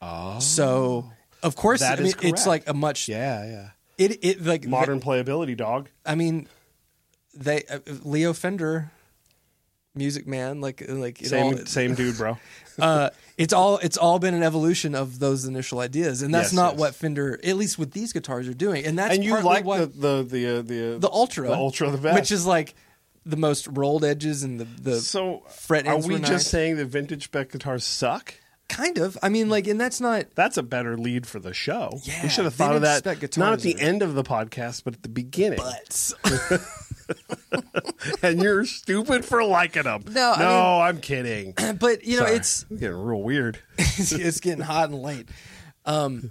[SPEAKER 1] Oh,
[SPEAKER 2] So of course
[SPEAKER 1] That
[SPEAKER 2] I
[SPEAKER 1] is
[SPEAKER 2] mean, it's
[SPEAKER 1] correct.
[SPEAKER 2] like a much
[SPEAKER 1] yeah, yeah.
[SPEAKER 2] it it like
[SPEAKER 1] Modern playability, dog.
[SPEAKER 2] I mean they uh, Leo Fender Music Man like like it
[SPEAKER 1] Same,
[SPEAKER 2] all,
[SPEAKER 1] same dude, bro.
[SPEAKER 2] uh, it's all it's all been an evolution of those initial ideas and that's
[SPEAKER 1] Yes,
[SPEAKER 2] not
[SPEAKER 1] yes.
[SPEAKER 2] what Fender at least with these guitars are doing and that's
[SPEAKER 1] and you
[SPEAKER 2] partly
[SPEAKER 1] like
[SPEAKER 2] why
[SPEAKER 1] the the the uh, the, uh,
[SPEAKER 2] the Ultra
[SPEAKER 1] the Ultra the best,
[SPEAKER 2] which is like the most rolled edges and the the
[SPEAKER 1] so.
[SPEAKER 2] fret
[SPEAKER 1] are
[SPEAKER 2] ends
[SPEAKER 1] we
[SPEAKER 2] were
[SPEAKER 1] just
[SPEAKER 2] nice.
[SPEAKER 1] saying that vintage spec guitars suck?
[SPEAKER 2] Kind of. I mean, like, and that's not.
[SPEAKER 1] That's a better lead for the show.
[SPEAKER 2] Yeah,
[SPEAKER 1] we should have
[SPEAKER 2] they
[SPEAKER 1] thought of
[SPEAKER 2] didn't
[SPEAKER 1] that
[SPEAKER 2] spec guitars
[SPEAKER 1] not at the
[SPEAKER 2] in it.
[SPEAKER 1] end of the podcast, but at the beginning.
[SPEAKER 2] But
[SPEAKER 1] And you're stupid for liking them.
[SPEAKER 2] No, I
[SPEAKER 1] no, am kidding. You
[SPEAKER 2] but you know, it's
[SPEAKER 1] getting real weird.
[SPEAKER 2] it's getting hot and late. Um,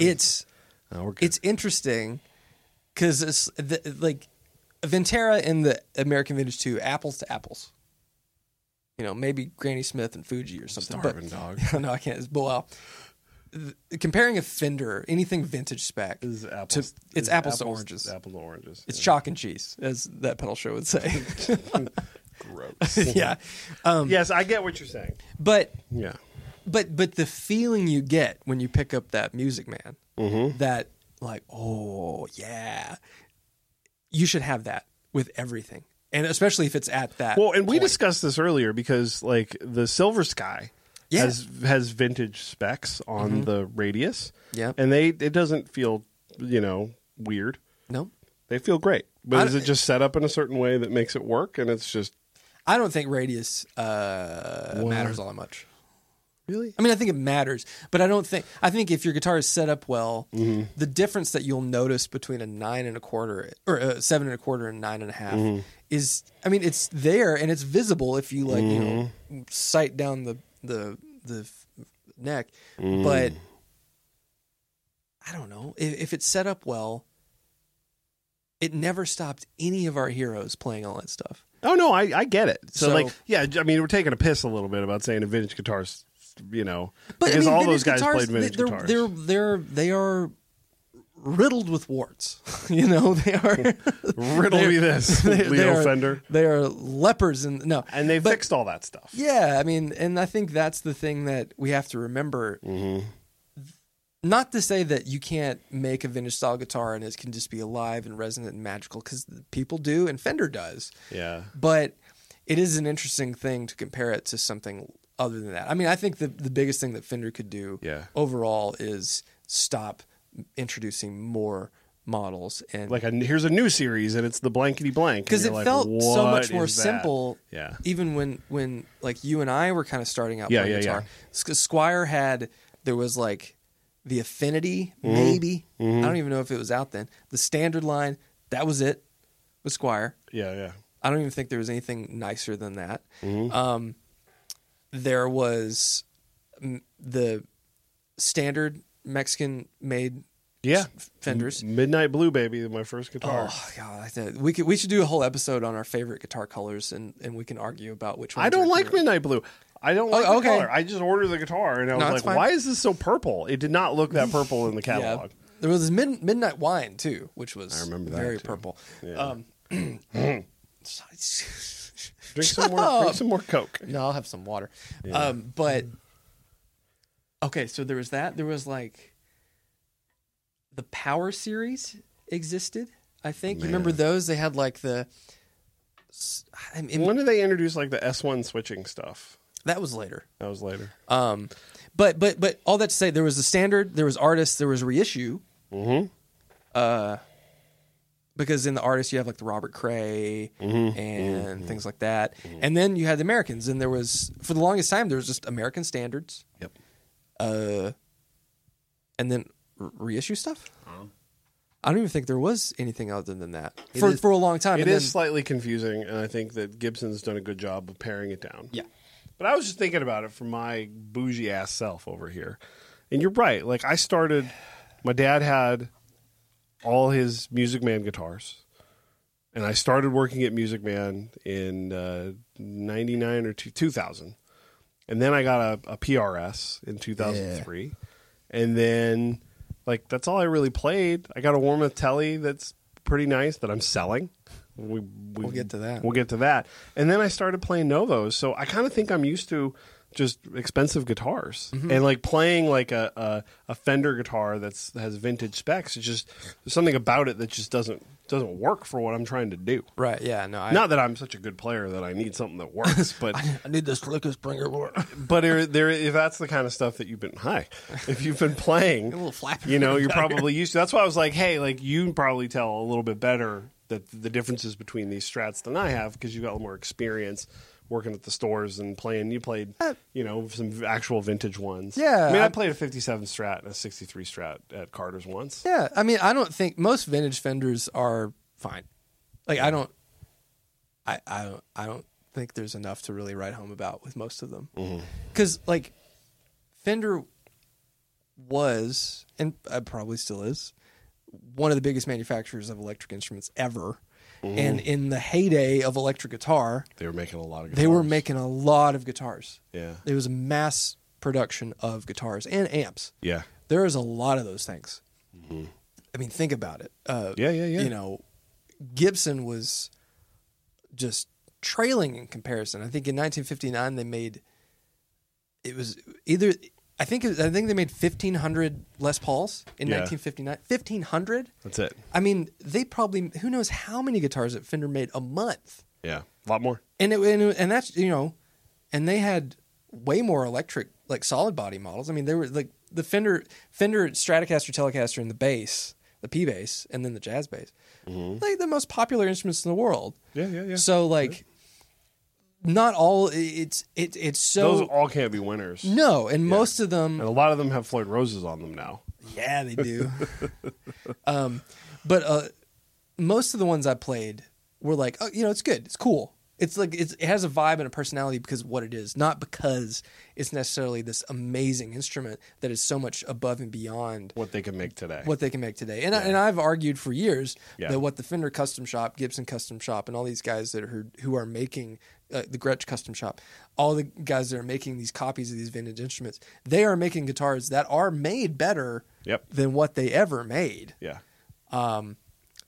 [SPEAKER 2] it's
[SPEAKER 1] No, we're good.
[SPEAKER 2] it's interesting because it's the, like Ventura and the American Vintage Two, apples to apples. You know, maybe Granny Smith and Fuji or something.
[SPEAKER 1] starving dog.
[SPEAKER 2] But, no, I can't. It's well, th- comparing a Fender, anything vintage spec,
[SPEAKER 1] Is
[SPEAKER 2] to-
[SPEAKER 1] apples, is
[SPEAKER 2] it's apples, to oranges.
[SPEAKER 1] Apple to oranges.
[SPEAKER 2] It's chalk and cheese, as that pedal show would say.
[SPEAKER 1] gross.
[SPEAKER 2] yeah, um,
[SPEAKER 1] yes, I get what you're saying.
[SPEAKER 2] but
[SPEAKER 1] Yeah.
[SPEAKER 2] but but the feeling you get when you pick up that music man
[SPEAKER 1] Mm-hmm.
[SPEAKER 2] that like oh yeah you should have that with everything and especially if it's at that
[SPEAKER 1] Well, and we
[SPEAKER 2] point.
[SPEAKER 1] discussed this earlier because like the Silver Sky
[SPEAKER 2] Yeah. Mm-hmm.
[SPEAKER 1] has has vintage specs on the Radius.
[SPEAKER 2] Yep.
[SPEAKER 1] And they it doesn't feel, you know, weird.
[SPEAKER 2] no
[SPEAKER 1] They feel great. But
[SPEAKER 2] I-
[SPEAKER 1] is it just set up in a certain way that makes it work and it's just
[SPEAKER 2] i don't think radius uh, matters all that much
[SPEAKER 1] really
[SPEAKER 2] i mean i think it matters but i don't think i think if your guitar is set up well the difference that you'll notice between a nine and a quarter or uh, seven and a quarter and nine and a half is i mean it's there and it's visible if you like you know sight down the the the f- neck but I don't know if, if it's set up well. It never stopped any of our heroes playing all that stuff.
[SPEAKER 1] Oh no, I, I get it. So,
[SPEAKER 2] So-
[SPEAKER 1] like, yeah, I mean, we're taking a piss a little bit about saying a vintage guitarist, you know,
[SPEAKER 2] But
[SPEAKER 1] because
[SPEAKER 2] I mean,
[SPEAKER 1] all those
[SPEAKER 2] vintage
[SPEAKER 1] guys
[SPEAKER 2] guitars,
[SPEAKER 1] played vintage
[SPEAKER 2] they're,
[SPEAKER 1] guitars.
[SPEAKER 2] They're they're they are riddled with warts. you know they are.
[SPEAKER 1] Riddle
[SPEAKER 2] they're-
[SPEAKER 1] me this,
[SPEAKER 2] they- they
[SPEAKER 1] Leo
[SPEAKER 2] are-
[SPEAKER 1] Fender,
[SPEAKER 2] They are lepers and no.
[SPEAKER 1] and they
[SPEAKER 2] but-
[SPEAKER 1] fixed all that stuff.
[SPEAKER 2] Yeah, I mean, and I think that's the thing that we have to remember.
[SPEAKER 1] Mm-hmm.
[SPEAKER 2] Not to say that you can't make a vintage style guitar and it can just be alive and resonant and magical because people do and Fender does,
[SPEAKER 1] Yeah,
[SPEAKER 2] but it is an interesting thing to compare it to something other than that. I mean, I think the the biggest thing that Fender could do
[SPEAKER 1] Yeah.
[SPEAKER 2] overall is stop introducing more models and
[SPEAKER 1] like a, here's a new series, and it's the blankety blank and
[SPEAKER 2] because
[SPEAKER 1] you're
[SPEAKER 2] it
[SPEAKER 1] like,
[SPEAKER 2] felt so
[SPEAKER 1] "What
[SPEAKER 2] much more
[SPEAKER 1] is that?"
[SPEAKER 2] simple.
[SPEAKER 1] Yeah.
[SPEAKER 2] Even when when like you and I were kind of starting out
[SPEAKER 1] Yeah,
[SPEAKER 2] playing
[SPEAKER 1] yeah,
[SPEAKER 2] guitar, S- Squire had there was like the affinity
[SPEAKER 1] Mm-hmm.
[SPEAKER 2] maybe I don't even know if it was out then. The standard line that was it with Squire.
[SPEAKER 1] Yeah, yeah,
[SPEAKER 2] I don't even think there was anything nicer than that.
[SPEAKER 1] Mm-hmm.
[SPEAKER 2] Um, there was mm, the standard Mexican made
[SPEAKER 1] yeah. Mm-hmm.
[SPEAKER 2] fenders.
[SPEAKER 1] Midnight Blue, baby, my first guitar.
[SPEAKER 2] Oh god, I think- we could we should do a whole episode on our favorite guitar colors, and and we can argue about which. Ones
[SPEAKER 1] I don't
[SPEAKER 2] are
[SPEAKER 1] like
[SPEAKER 2] favorite.
[SPEAKER 1] midnight blue. I don't like
[SPEAKER 2] okay.
[SPEAKER 1] the color. I just ordered the guitar and I was
[SPEAKER 2] that's
[SPEAKER 1] like,
[SPEAKER 2] fine.
[SPEAKER 1] why is this so purple? It did not look that purple in the
[SPEAKER 2] Yeah,
[SPEAKER 1] catalog.
[SPEAKER 2] there was this mid, midnight wine too, which was I
[SPEAKER 1] remember that,
[SPEAKER 2] very
[SPEAKER 1] too. Mm.
[SPEAKER 2] purple. Um,
[SPEAKER 1] Drink some more. Drink some more Coke.
[SPEAKER 2] no, I'll have some water. Um, but okay, so there was that. There was like the Power series existed. I think you remember those. They had like the. s- I mean,
[SPEAKER 1] When did they introduce like the S one switching stuff?
[SPEAKER 2] that was later.
[SPEAKER 1] That was later.
[SPEAKER 2] Um, but but but all that to say, there was a standard, there was artists, there was reissue. Mm-hmm. Uh, because in the artists you have like the Robert Cray and things like that, and then you had the Americans, and there was for the longest time there was just American standards,
[SPEAKER 1] Yep.
[SPEAKER 2] uh, and then re- reissue stuff. I don't even think there was anything other than that for
[SPEAKER 1] is-
[SPEAKER 2] for a long time.
[SPEAKER 1] It
[SPEAKER 2] and
[SPEAKER 1] is
[SPEAKER 2] then,
[SPEAKER 1] slightly confusing, and I think that Gibson's done a good job of paring it down.
[SPEAKER 2] Yeah.
[SPEAKER 1] But I was just thinking about it from my bougie ass self over here. And you're right. Like I started my dad had all his Music Man guitars. And I started working at Music Man in uh, 99 or two, 2000. And then I got a, a PRS in 2003. And then, like, that's all I really played. I got a Warmoth Telly that's pretty nice that I'm selling. We, we,
[SPEAKER 2] We'll get to that.
[SPEAKER 1] We'll get to that. And then I started playing Novos. So I kind of think I'm used to just expensive guitars
[SPEAKER 2] Mm-hmm.
[SPEAKER 1] and like playing like a, a, a Fender guitar that's has vintage specs. It's just there's something about it that just doesn't doesn't work for what I'm trying to do.
[SPEAKER 2] right? Yeah, no, I,
[SPEAKER 1] Not that I'm such a good player that I need something that works, but
[SPEAKER 2] I need this Lucas Springer board.
[SPEAKER 1] but there, there, if that's the kind of stuff that you've been hi, if you've been playing,
[SPEAKER 2] A little flap.
[SPEAKER 1] you know, you're probably used to. That's why I was like, hey, like you can probably tell a little bit better that the differences between these strats than I have because you got more experience working at the stores and playing. You played, you know, some actual vintage ones.
[SPEAKER 2] Uh, Yeah,
[SPEAKER 1] I mean, I,
[SPEAKER 2] I-
[SPEAKER 1] played a '57 Strat and a '63 Strat at Carter's once.
[SPEAKER 2] Yeah, I mean, I don't think most vintage fenders are fine. Like, I don't, I, I don't, I don't think there's enough to really write home about with most of them. Because like, Fender was and uh, probably still is one of the biggest manufacturers of electric instruments ever. And in the heyday of electric guitar,
[SPEAKER 1] They were making a lot of. Guitars.
[SPEAKER 2] they were making a lot of guitars.
[SPEAKER 1] Yeah.
[SPEAKER 2] There was a mass production of guitars and amps
[SPEAKER 1] Yeah.
[SPEAKER 2] there is a lot of those things. I mean, think about it. Uh,
[SPEAKER 1] Mm-hmm. Yeah, yeah, yeah.
[SPEAKER 2] You know, Gibson was just trailing in comparison. I think in 1959 they made it was either I think it was, I think they made 1500 Les Pauls in
[SPEAKER 1] Yeah.
[SPEAKER 2] 1959. 1500.
[SPEAKER 1] That's it.
[SPEAKER 2] I mean, they probably who knows how many guitars that Fender made a month
[SPEAKER 1] Yeah. A lot more.
[SPEAKER 2] and it, and, it- and that's you know, and they had way more electric like solid body models. I mean, they were like the Fender Fender Stratocaster, Telecaster, and the bass, the P bass, and then the jazz bass, like the most popular instruments in the world.
[SPEAKER 1] Yeah, yeah, yeah.
[SPEAKER 2] So like, not all it's it it's so
[SPEAKER 1] Those all can't be winners.
[SPEAKER 2] no, and most of them
[SPEAKER 1] And a lot of them have Floyd roses on them now.
[SPEAKER 2] Yeah, they do. um, but uh, most of the ones I played were like, oh, you know, it's good, it's cool, It's like it's, it has a vibe and a personality because of what it is, not because it's necessarily this amazing instrument that is so much above and beyond
[SPEAKER 1] What they can make today.
[SPEAKER 2] what they can make today. And I, and I've argued for years
[SPEAKER 1] Yeah.
[SPEAKER 2] that what the Fender Custom Shop, Gibson Custom Shop, and all these guys that are who, who are making uh, the Gretsch Custom Shop, all the guys that are making these copies of these vintage instruments, they are making guitars that are made better
[SPEAKER 1] Yep.
[SPEAKER 2] than what they ever made.
[SPEAKER 1] Yeah.
[SPEAKER 2] Um,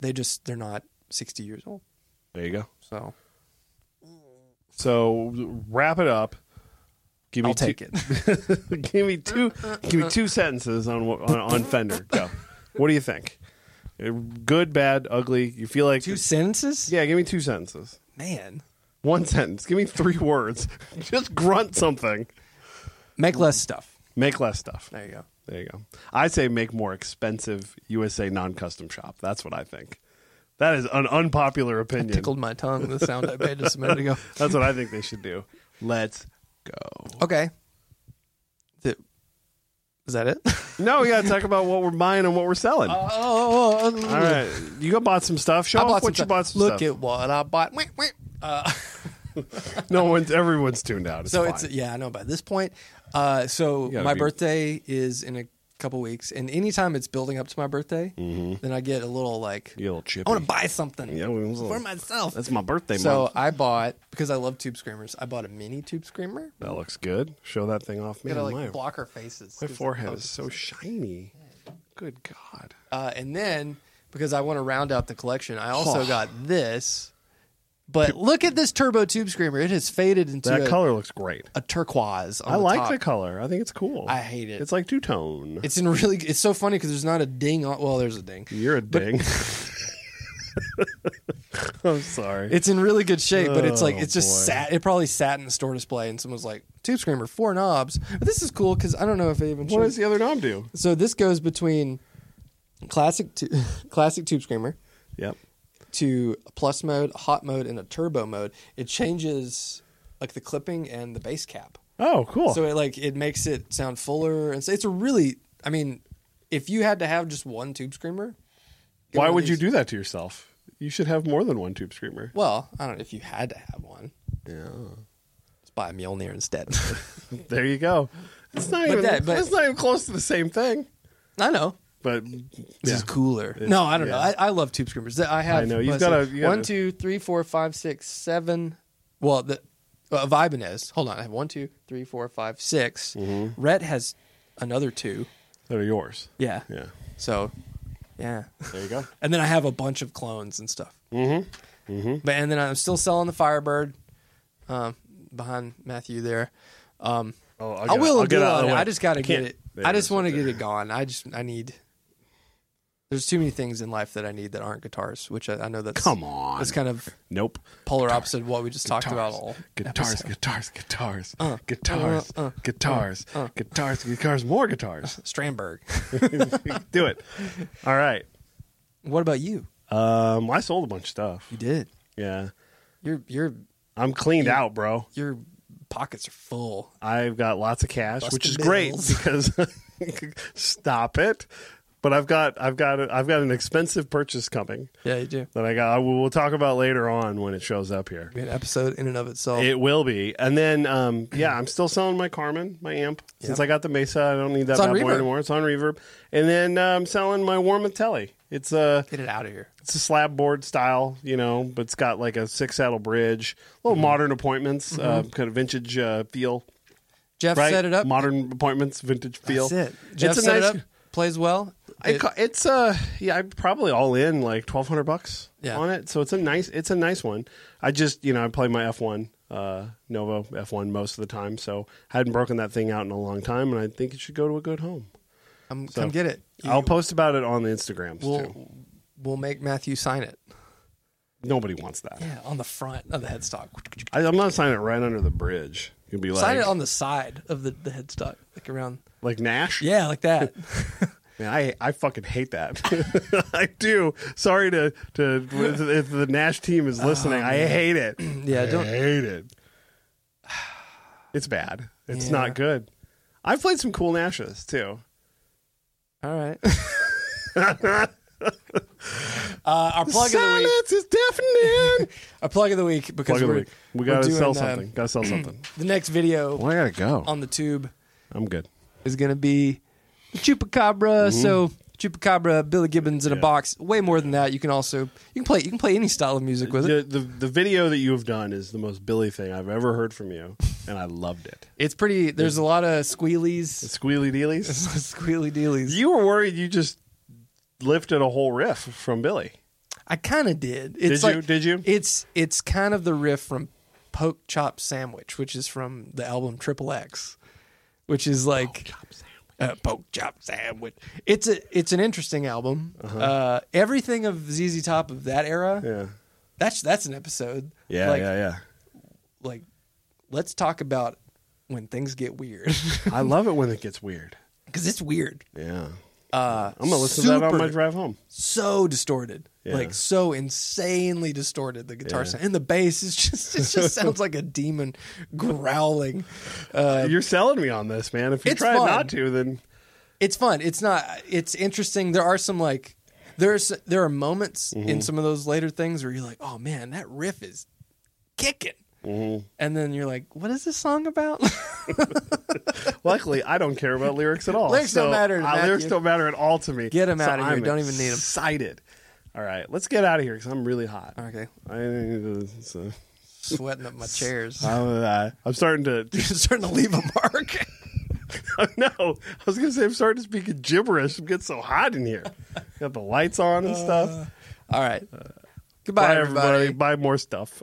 [SPEAKER 2] they just they're not sixty years old.
[SPEAKER 1] There you go.
[SPEAKER 2] So
[SPEAKER 1] So wrap it up. Give me
[SPEAKER 2] I'll take
[SPEAKER 1] two,
[SPEAKER 2] it.
[SPEAKER 1] it. give me two. Give me two sentences on what- on, on Fender. Go. What do you think? Uh, Good, bad, ugly. You feel like
[SPEAKER 2] Two sentences?
[SPEAKER 1] Yeah. Give me two sentences.
[SPEAKER 2] Man.
[SPEAKER 1] One sentence. Give me three words. Just grunt something.
[SPEAKER 2] Make less stuff.
[SPEAKER 1] Make less stuff.
[SPEAKER 2] There you go.
[SPEAKER 1] There you go. I say make more expensive USA non-custom shop. That's what I think. That is an unpopular opinion.
[SPEAKER 2] Tickled my tongue the sound I made just a minute ago.
[SPEAKER 1] That's what I think they should do. Let's go.
[SPEAKER 2] Okay. Th- Is that it?
[SPEAKER 1] No, we got to talk about what we're buying and what we're selling. All
[SPEAKER 2] oh,
[SPEAKER 1] right, you go bought some stuff. Show
[SPEAKER 2] I
[SPEAKER 1] off what
[SPEAKER 2] bought some
[SPEAKER 1] you
[SPEAKER 2] stuff.
[SPEAKER 1] bought. Some
[SPEAKER 2] Look
[SPEAKER 1] stuff.
[SPEAKER 2] at what I bought. Wait, wait. Uh,
[SPEAKER 1] no one's everyone's tuned out. It's
[SPEAKER 2] so
[SPEAKER 1] fine.
[SPEAKER 2] it's yeah, I know by this point. Uh, so
[SPEAKER 1] gotta
[SPEAKER 2] my
[SPEAKER 1] be-
[SPEAKER 2] birthday is in a couple weeks, and anytime it's building up to my birthday, then I get a little like
[SPEAKER 1] Mm-hmm. You little chippy.
[SPEAKER 2] I want to buy something
[SPEAKER 1] Yeah, we was a
[SPEAKER 2] for
[SPEAKER 1] little-
[SPEAKER 2] myself.
[SPEAKER 1] That's my birthday
[SPEAKER 2] so
[SPEAKER 1] month.
[SPEAKER 2] I bought because I love tube screamers. I bought a mini tube screamer.
[SPEAKER 1] That looks good. Show that thing off, man.
[SPEAKER 2] Gotta like
[SPEAKER 1] my,
[SPEAKER 2] block our faces.
[SPEAKER 1] my
[SPEAKER 2] 'cause-
[SPEAKER 1] forehead is so shiny. Good God.
[SPEAKER 2] Uh, and then because I want to round out the collection, I also
[SPEAKER 1] Oh.
[SPEAKER 2] got this. But look at this turbo tube screamer. It has faded into
[SPEAKER 1] That
[SPEAKER 2] a,
[SPEAKER 1] color looks great.
[SPEAKER 2] a turquoise. On
[SPEAKER 1] I
[SPEAKER 2] the
[SPEAKER 1] like
[SPEAKER 2] top.
[SPEAKER 1] the color. I think it's cool.
[SPEAKER 2] I hate it.
[SPEAKER 1] It's like two tone.
[SPEAKER 2] It's in really. It's so funny because there's not a ding. On, well, there's a ding.
[SPEAKER 1] You're a ding. I'm sorry.
[SPEAKER 2] It's in really good shape, but it's like
[SPEAKER 1] Oh,
[SPEAKER 2] it's just
[SPEAKER 1] boy.
[SPEAKER 2] sat. It probably sat in the store display, and someone's like, "Tube screamer, four knobs." But this is cool because I don't know if they even.
[SPEAKER 1] what
[SPEAKER 2] showed-
[SPEAKER 1] does the other knob do?
[SPEAKER 2] so this goes between classic, tu- classic tube screamer
[SPEAKER 1] Yep.
[SPEAKER 2] to plus mode, hot mode, and a turbo mode. It changes like the clipping and the bass cap.
[SPEAKER 1] Oh, cool.
[SPEAKER 2] So it like it makes it sound fuller, and so it's a really. I mean, if you had to have just one tube screamer, get
[SPEAKER 1] Why
[SPEAKER 2] one of
[SPEAKER 1] would you
[SPEAKER 2] these-
[SPEAKER 1] do that to yourself? You should have more than one tube screamer.
[SPEAKER 2] Well, I don't know if you had to have one.
[SPEAKER 1] Yeah.
[SPEAKER 2] Just buy a Mjolnir instead.
[SPEAKER 1] There you go. It's not even.
[SPEAKER 2] that- but-
[SPEAKER 1] it's not even close to the same thing.
[SPEAKER 2] I know.
[SPEAKER 1] But
[SPEAKER 2] This
[SPEAKER 1] yeah.
[SPEAKER 2] is cooler. no, I don't know.
[SPEAKER 1] yeah.
[SPEAKER 2] I, I love tube screamers. I have.
[SPEAKER 1] I know. You've
[SPEAKER 2] let's
[SPEAKER 1] gotta-
[SPEAKER 2] see.
[SPEAKER 1] you gotta-
[SPEAKER 2] one, two, three, four, five, six, seven. Well, the uh, Vibe has. Hold on. I have one, two, three, four, five, six.
[SPEAKER 1] Mm-hmm.
[SPEAKER 2] Rhett has another two.
[SPEAKER 1] that are yours.
[SPEAKER 2] Yeah.
[SPEAKER 1] Yeah.
[SPEAKER 2] So, yeah.
[SPEAKER 1] There you go.
[SPEAKER 2] And then I have a bunch of clones and stuff. Mm-hmm. Mm-hmm. But and then I'm still selling the Firebird um, behind Matthew there. Um,
[SPEAKER 1] Oh, I'll
[SPEAKER 2] I
[SPEAKER 1] get it-
[SPEAKER 2] will
[SPEAKER 1] I'll get
[SPEAKER 2] deal
[SPEAKER 1] it out of
[SPEAKER 2] on
[SPEAKER 1] the
[SPEAKER 2] it.
[SPEAKER 1] way.
[SPEAKER 2] I just got
[SPEAKER 1] I
[SPEAKER 2] to get
[SPEAKER 1] can't-
[SPEAKER 2] it.
[SPEAKER 1] there
[SPEAKER 2] I
[SPEAKER 1] it
[SPEAKER 2] just
[SPEAKER 1] is
[SPEAKER 2] want to
[SPEAKER 1] right
[SPEAKER 2] get
[SPEAKER 1] there.
[SPEAKER 2] it gone. I just I need. There's too many things in life that I need that aren't guitars, which I, I know that's
[SPEAKER 1] Come on.
[SPEAKER 2] That's kind of
[SPEAKER 1] Nope.
[SPEAKER 2] polar opposite of what we just talked about.
[SPEAKER 1] Guitars.
[SPEAKER 2] All Uh,
[SPEAKER 1] Guitars,
[SPEAKER 2] episode.
[SPEAKER 1] guitars, guitars, guitars, guitars,
[SPEAKER 2] uh.
[SPEAKER 1] guitars, guitars, more guitars.
[SPEAKER 2] Strandberg.
[SPEAKER 1] Do it. All right.
[SPEAKER 2] what about you?
[SPEAKER 1] Um, I sold a bunch of stuff.
[SPEAKER 2] You did.
[SPEAKER 1] Yeah,
[SPEAKER 2] Your your
[SPEAKER 1] I'm cleaned out, bro.
[SPEAKER 2] your pockets are full.
[SPEAKER 1] I've got lots of cash, which is
[SPEAKER 2] Busted
[SPEAKER 1] great
[SPEAKER 2] bills.
[SPEAKER 1] because stop it. But I've got I've got a, I've got an expensive purchase coming
[SPEAKER 2] Yeah, you do.
[SPEAKER 1] that I got. We'll talk about later on when it shows up here.
[SPEAKER 2] Be An episode in and of itself.
[SPEAKER 1] It will be, and then um, yeah, I'm still selling my Carmen, my amp. Since
[SPEAKER 2] Yep.
[SPEAKER 1] I got the Mesa, I don't need that
[SPEAKER 2] It's on
[SPEAKER 1] bad boy
[SPEAKER 2] reverb.
[SPEAKER 1] anymore. It's on reverb, and then uh, I'm selling my Warmatelli. It's a
[SPEAKER 2] get it out of here.
[SPEAKER 1] it's a slab board style, you know, but it's got like a six saddle bridge, little
[SPEAKER 2] Mm-hmm.
[SPEAKER 1] modern appointments, uh, kind of vintage uh, feel.
[SPEAKER 2] Jeff
[SPEAKER 1] Right,
[SPEAKER 2] set it up.
[SPEAKER 1] modern appointments, vintage feel.
[SPEAKER 2] That's it. Jeff
[SPEAKER 1] it's a
[SPEAKER 2] set
[SPEAKER 1] nice.
[SPEAKER 2] it up. Plays well.
[SPEAKER 1] I
[SPEAKER 2] It-
[SPEAKER 1] ca- it's uh yeah I'm probably all in like twelve hundred bucks
[SPEAKER 2] Yeah.
[SPEAKER 1] on it so it's a nice it's a nice one I just you know I play my F one uh Nova F one most of the time so I hadn't broken that thing out in a long time and I think it should go to a good home
[SPEAKER 2] come, come get it. You-
[SPEAKER 1] I'll post about it on the Instagrams too
[SPEAKER 2] we'll, we'll make Matthew sign it.
[SPEAKER 1] nobody wants that
[SPEAKER 2] Yeah, on the front of the headstock.
[SPEAKER 1] I, I'm not signing it right under the bridge you'll be like
[SPEAKER 2] Sign it on the side of the, the headstock, like around.
[SPEAKER 1] like Nash
[SPEAKER 2] Yeah, like that.
[SPEAKER 1] Man, I I fucking hate that. I do. Sorry to to if the Nash team is listening. I hate it.
[SPEAKER 2] Oh, Yeah, don't-
[SPEAKER 1] I hate it. It's bad. It's
[SPEAKER 2] Yeah.
[SPEAKER 1] not good. I've played some cool Nashes too.
[SPEAKER 2] All right. Uh, our plug of the week.
[SPEAKER 1] Silence is deafening.
[SPEAKER 2] Our plug of the week because
[SPEAKER 1] Plug of the
[SPEAKER 2] we're,
[SPEAKER 1] week. We
[SPEAKER 2] we're
[SPEAKER 1] gotta
[SPEAKER 2] doing,
[SPEAKER 1] sell
[SPEAKER 2] um,
[SPEAKER 1] something. Gotta sell something.
[SPEAKER 2] the next video
[SPEAKER 1] Well, I gotta go.
[SPEAKER 2] on the tube
[SPEAKER 1] I'm good.
[SPEAKER 2] is going to be the Chupacabra. So Chupacabra, Billy Gibbons in a
[SPEAKER 1] Mm-hmm. Yeah.
[SPEAKER 2] box. Way more than that. You can also you can play you can play any style of music with it.
[SPEAKER 1] The, the the video that you have done is the most Billy thing I've ever heard from you, and I loved it.
[SPEAKER 2] It's pretty. There's a lot of
[SPEAKER 1] The
[SPEAKER 2] squealies,
[SPEAKER 1] squealy dealies.
[SPEAKER 2] squealy dealies.
[SPEAKER 1] You were worried you just lifted a whole riff from Billy.
[SPEAKER 2] I kind of did. It's
[SPEAKER 1] Did
[SPEAKER 2] like,
[SPEAKER 1] you? Did you?
[SPEAKER 2] It's it's kind of the riff from Poke Chop Sandwich, which is from the album Triple X, which is like uh, poke chop sandwich. It's a it's an interesting album. uh everything of ZZ Top of that era.
[SPEAKER 1] Uh-huh. Yeah.
[SPEAKER 2] That's that's an episode.
[SPEAKER 1] Yeah,
[SPEAKER 2] like,
[SPEAKER 1] yeah,
[SPEAKER 2] Like, let's talk about when things get weird
[SPEAKER 1] yeah. I love it when it gets weird.
[SPEAKER 2] because it's weird.
[SPEAKER 1] Yeah.
[SPEAKER 2] Uh,
[SPEAKER 1] I'm gonna listen to that on my
[SPEAKER 2] super-
[SPEAKER 1] drive home.
[SPEAKER 2] so distorted,
[SPEAKER 1] Yeah.
[SPEAKER 2] like so insanely distorted. The guitar
[SPEAKER 1] Yeah.
[SPEAKER 2] sound and the bass is just it just sounds like a demon growling. Uh,
[SPEAKER 1] You're selling me on this, man. If you
[SPEAKER 2] It's
[SPEAKER 1] try
[SPEAKER 2] fun.
[SPEAKER 1] not to, then
[SPEAKER 2] it's fun. It's not. It's interesting. There are some like there's there are moments
[SPEAKER 1] Mm-hmm.
[SPEAKER 2] in some of those later things where you're like, oh man, that riff is kicking,
[SPEAKER 1] Mm-hmm.
[SPEAKER 2] and then you're like, what is this song about?
[SPEAKER 1] luckily I don't care about lyrics at all.
[SPEAKER 2] Lyrics don't
[SPEAKER 1] So,
[SPEAKER 2] matter to
[SPEAKER 1] uh, lyrics
[SPEAKER 2] Matthew.
[SPEAKER 1] don't matter at all to me.
[SPEAKER 2] Get 'em outta here.
[SPEAKER 1] I'm
[SPEAKER 2] Don't even need 'em.
[SPEAKER 1] Excited. All right, let's get out of here because I'm really hot.
[SPEAKER 2] okay,
[SPEAKER 1] I, uh, so-
[SPEAKER 2] sweating up my chairs.
[SPEAKER 1] I'm, uh, I'm starting to.
[SPEAKER 2] You're starting to leave a mark.
[SPEAKER 1] no, I was gonna say I'm starting to speak in gibberish. It gets so hot in here. Got the lights on and stuff.
[SPEAKER 2] All right. Goodbye,
[SPEAKER 1] Bye,
[SPEAKER 2] everybody.
[SPEAKER 1] everybody. Buy more stuff.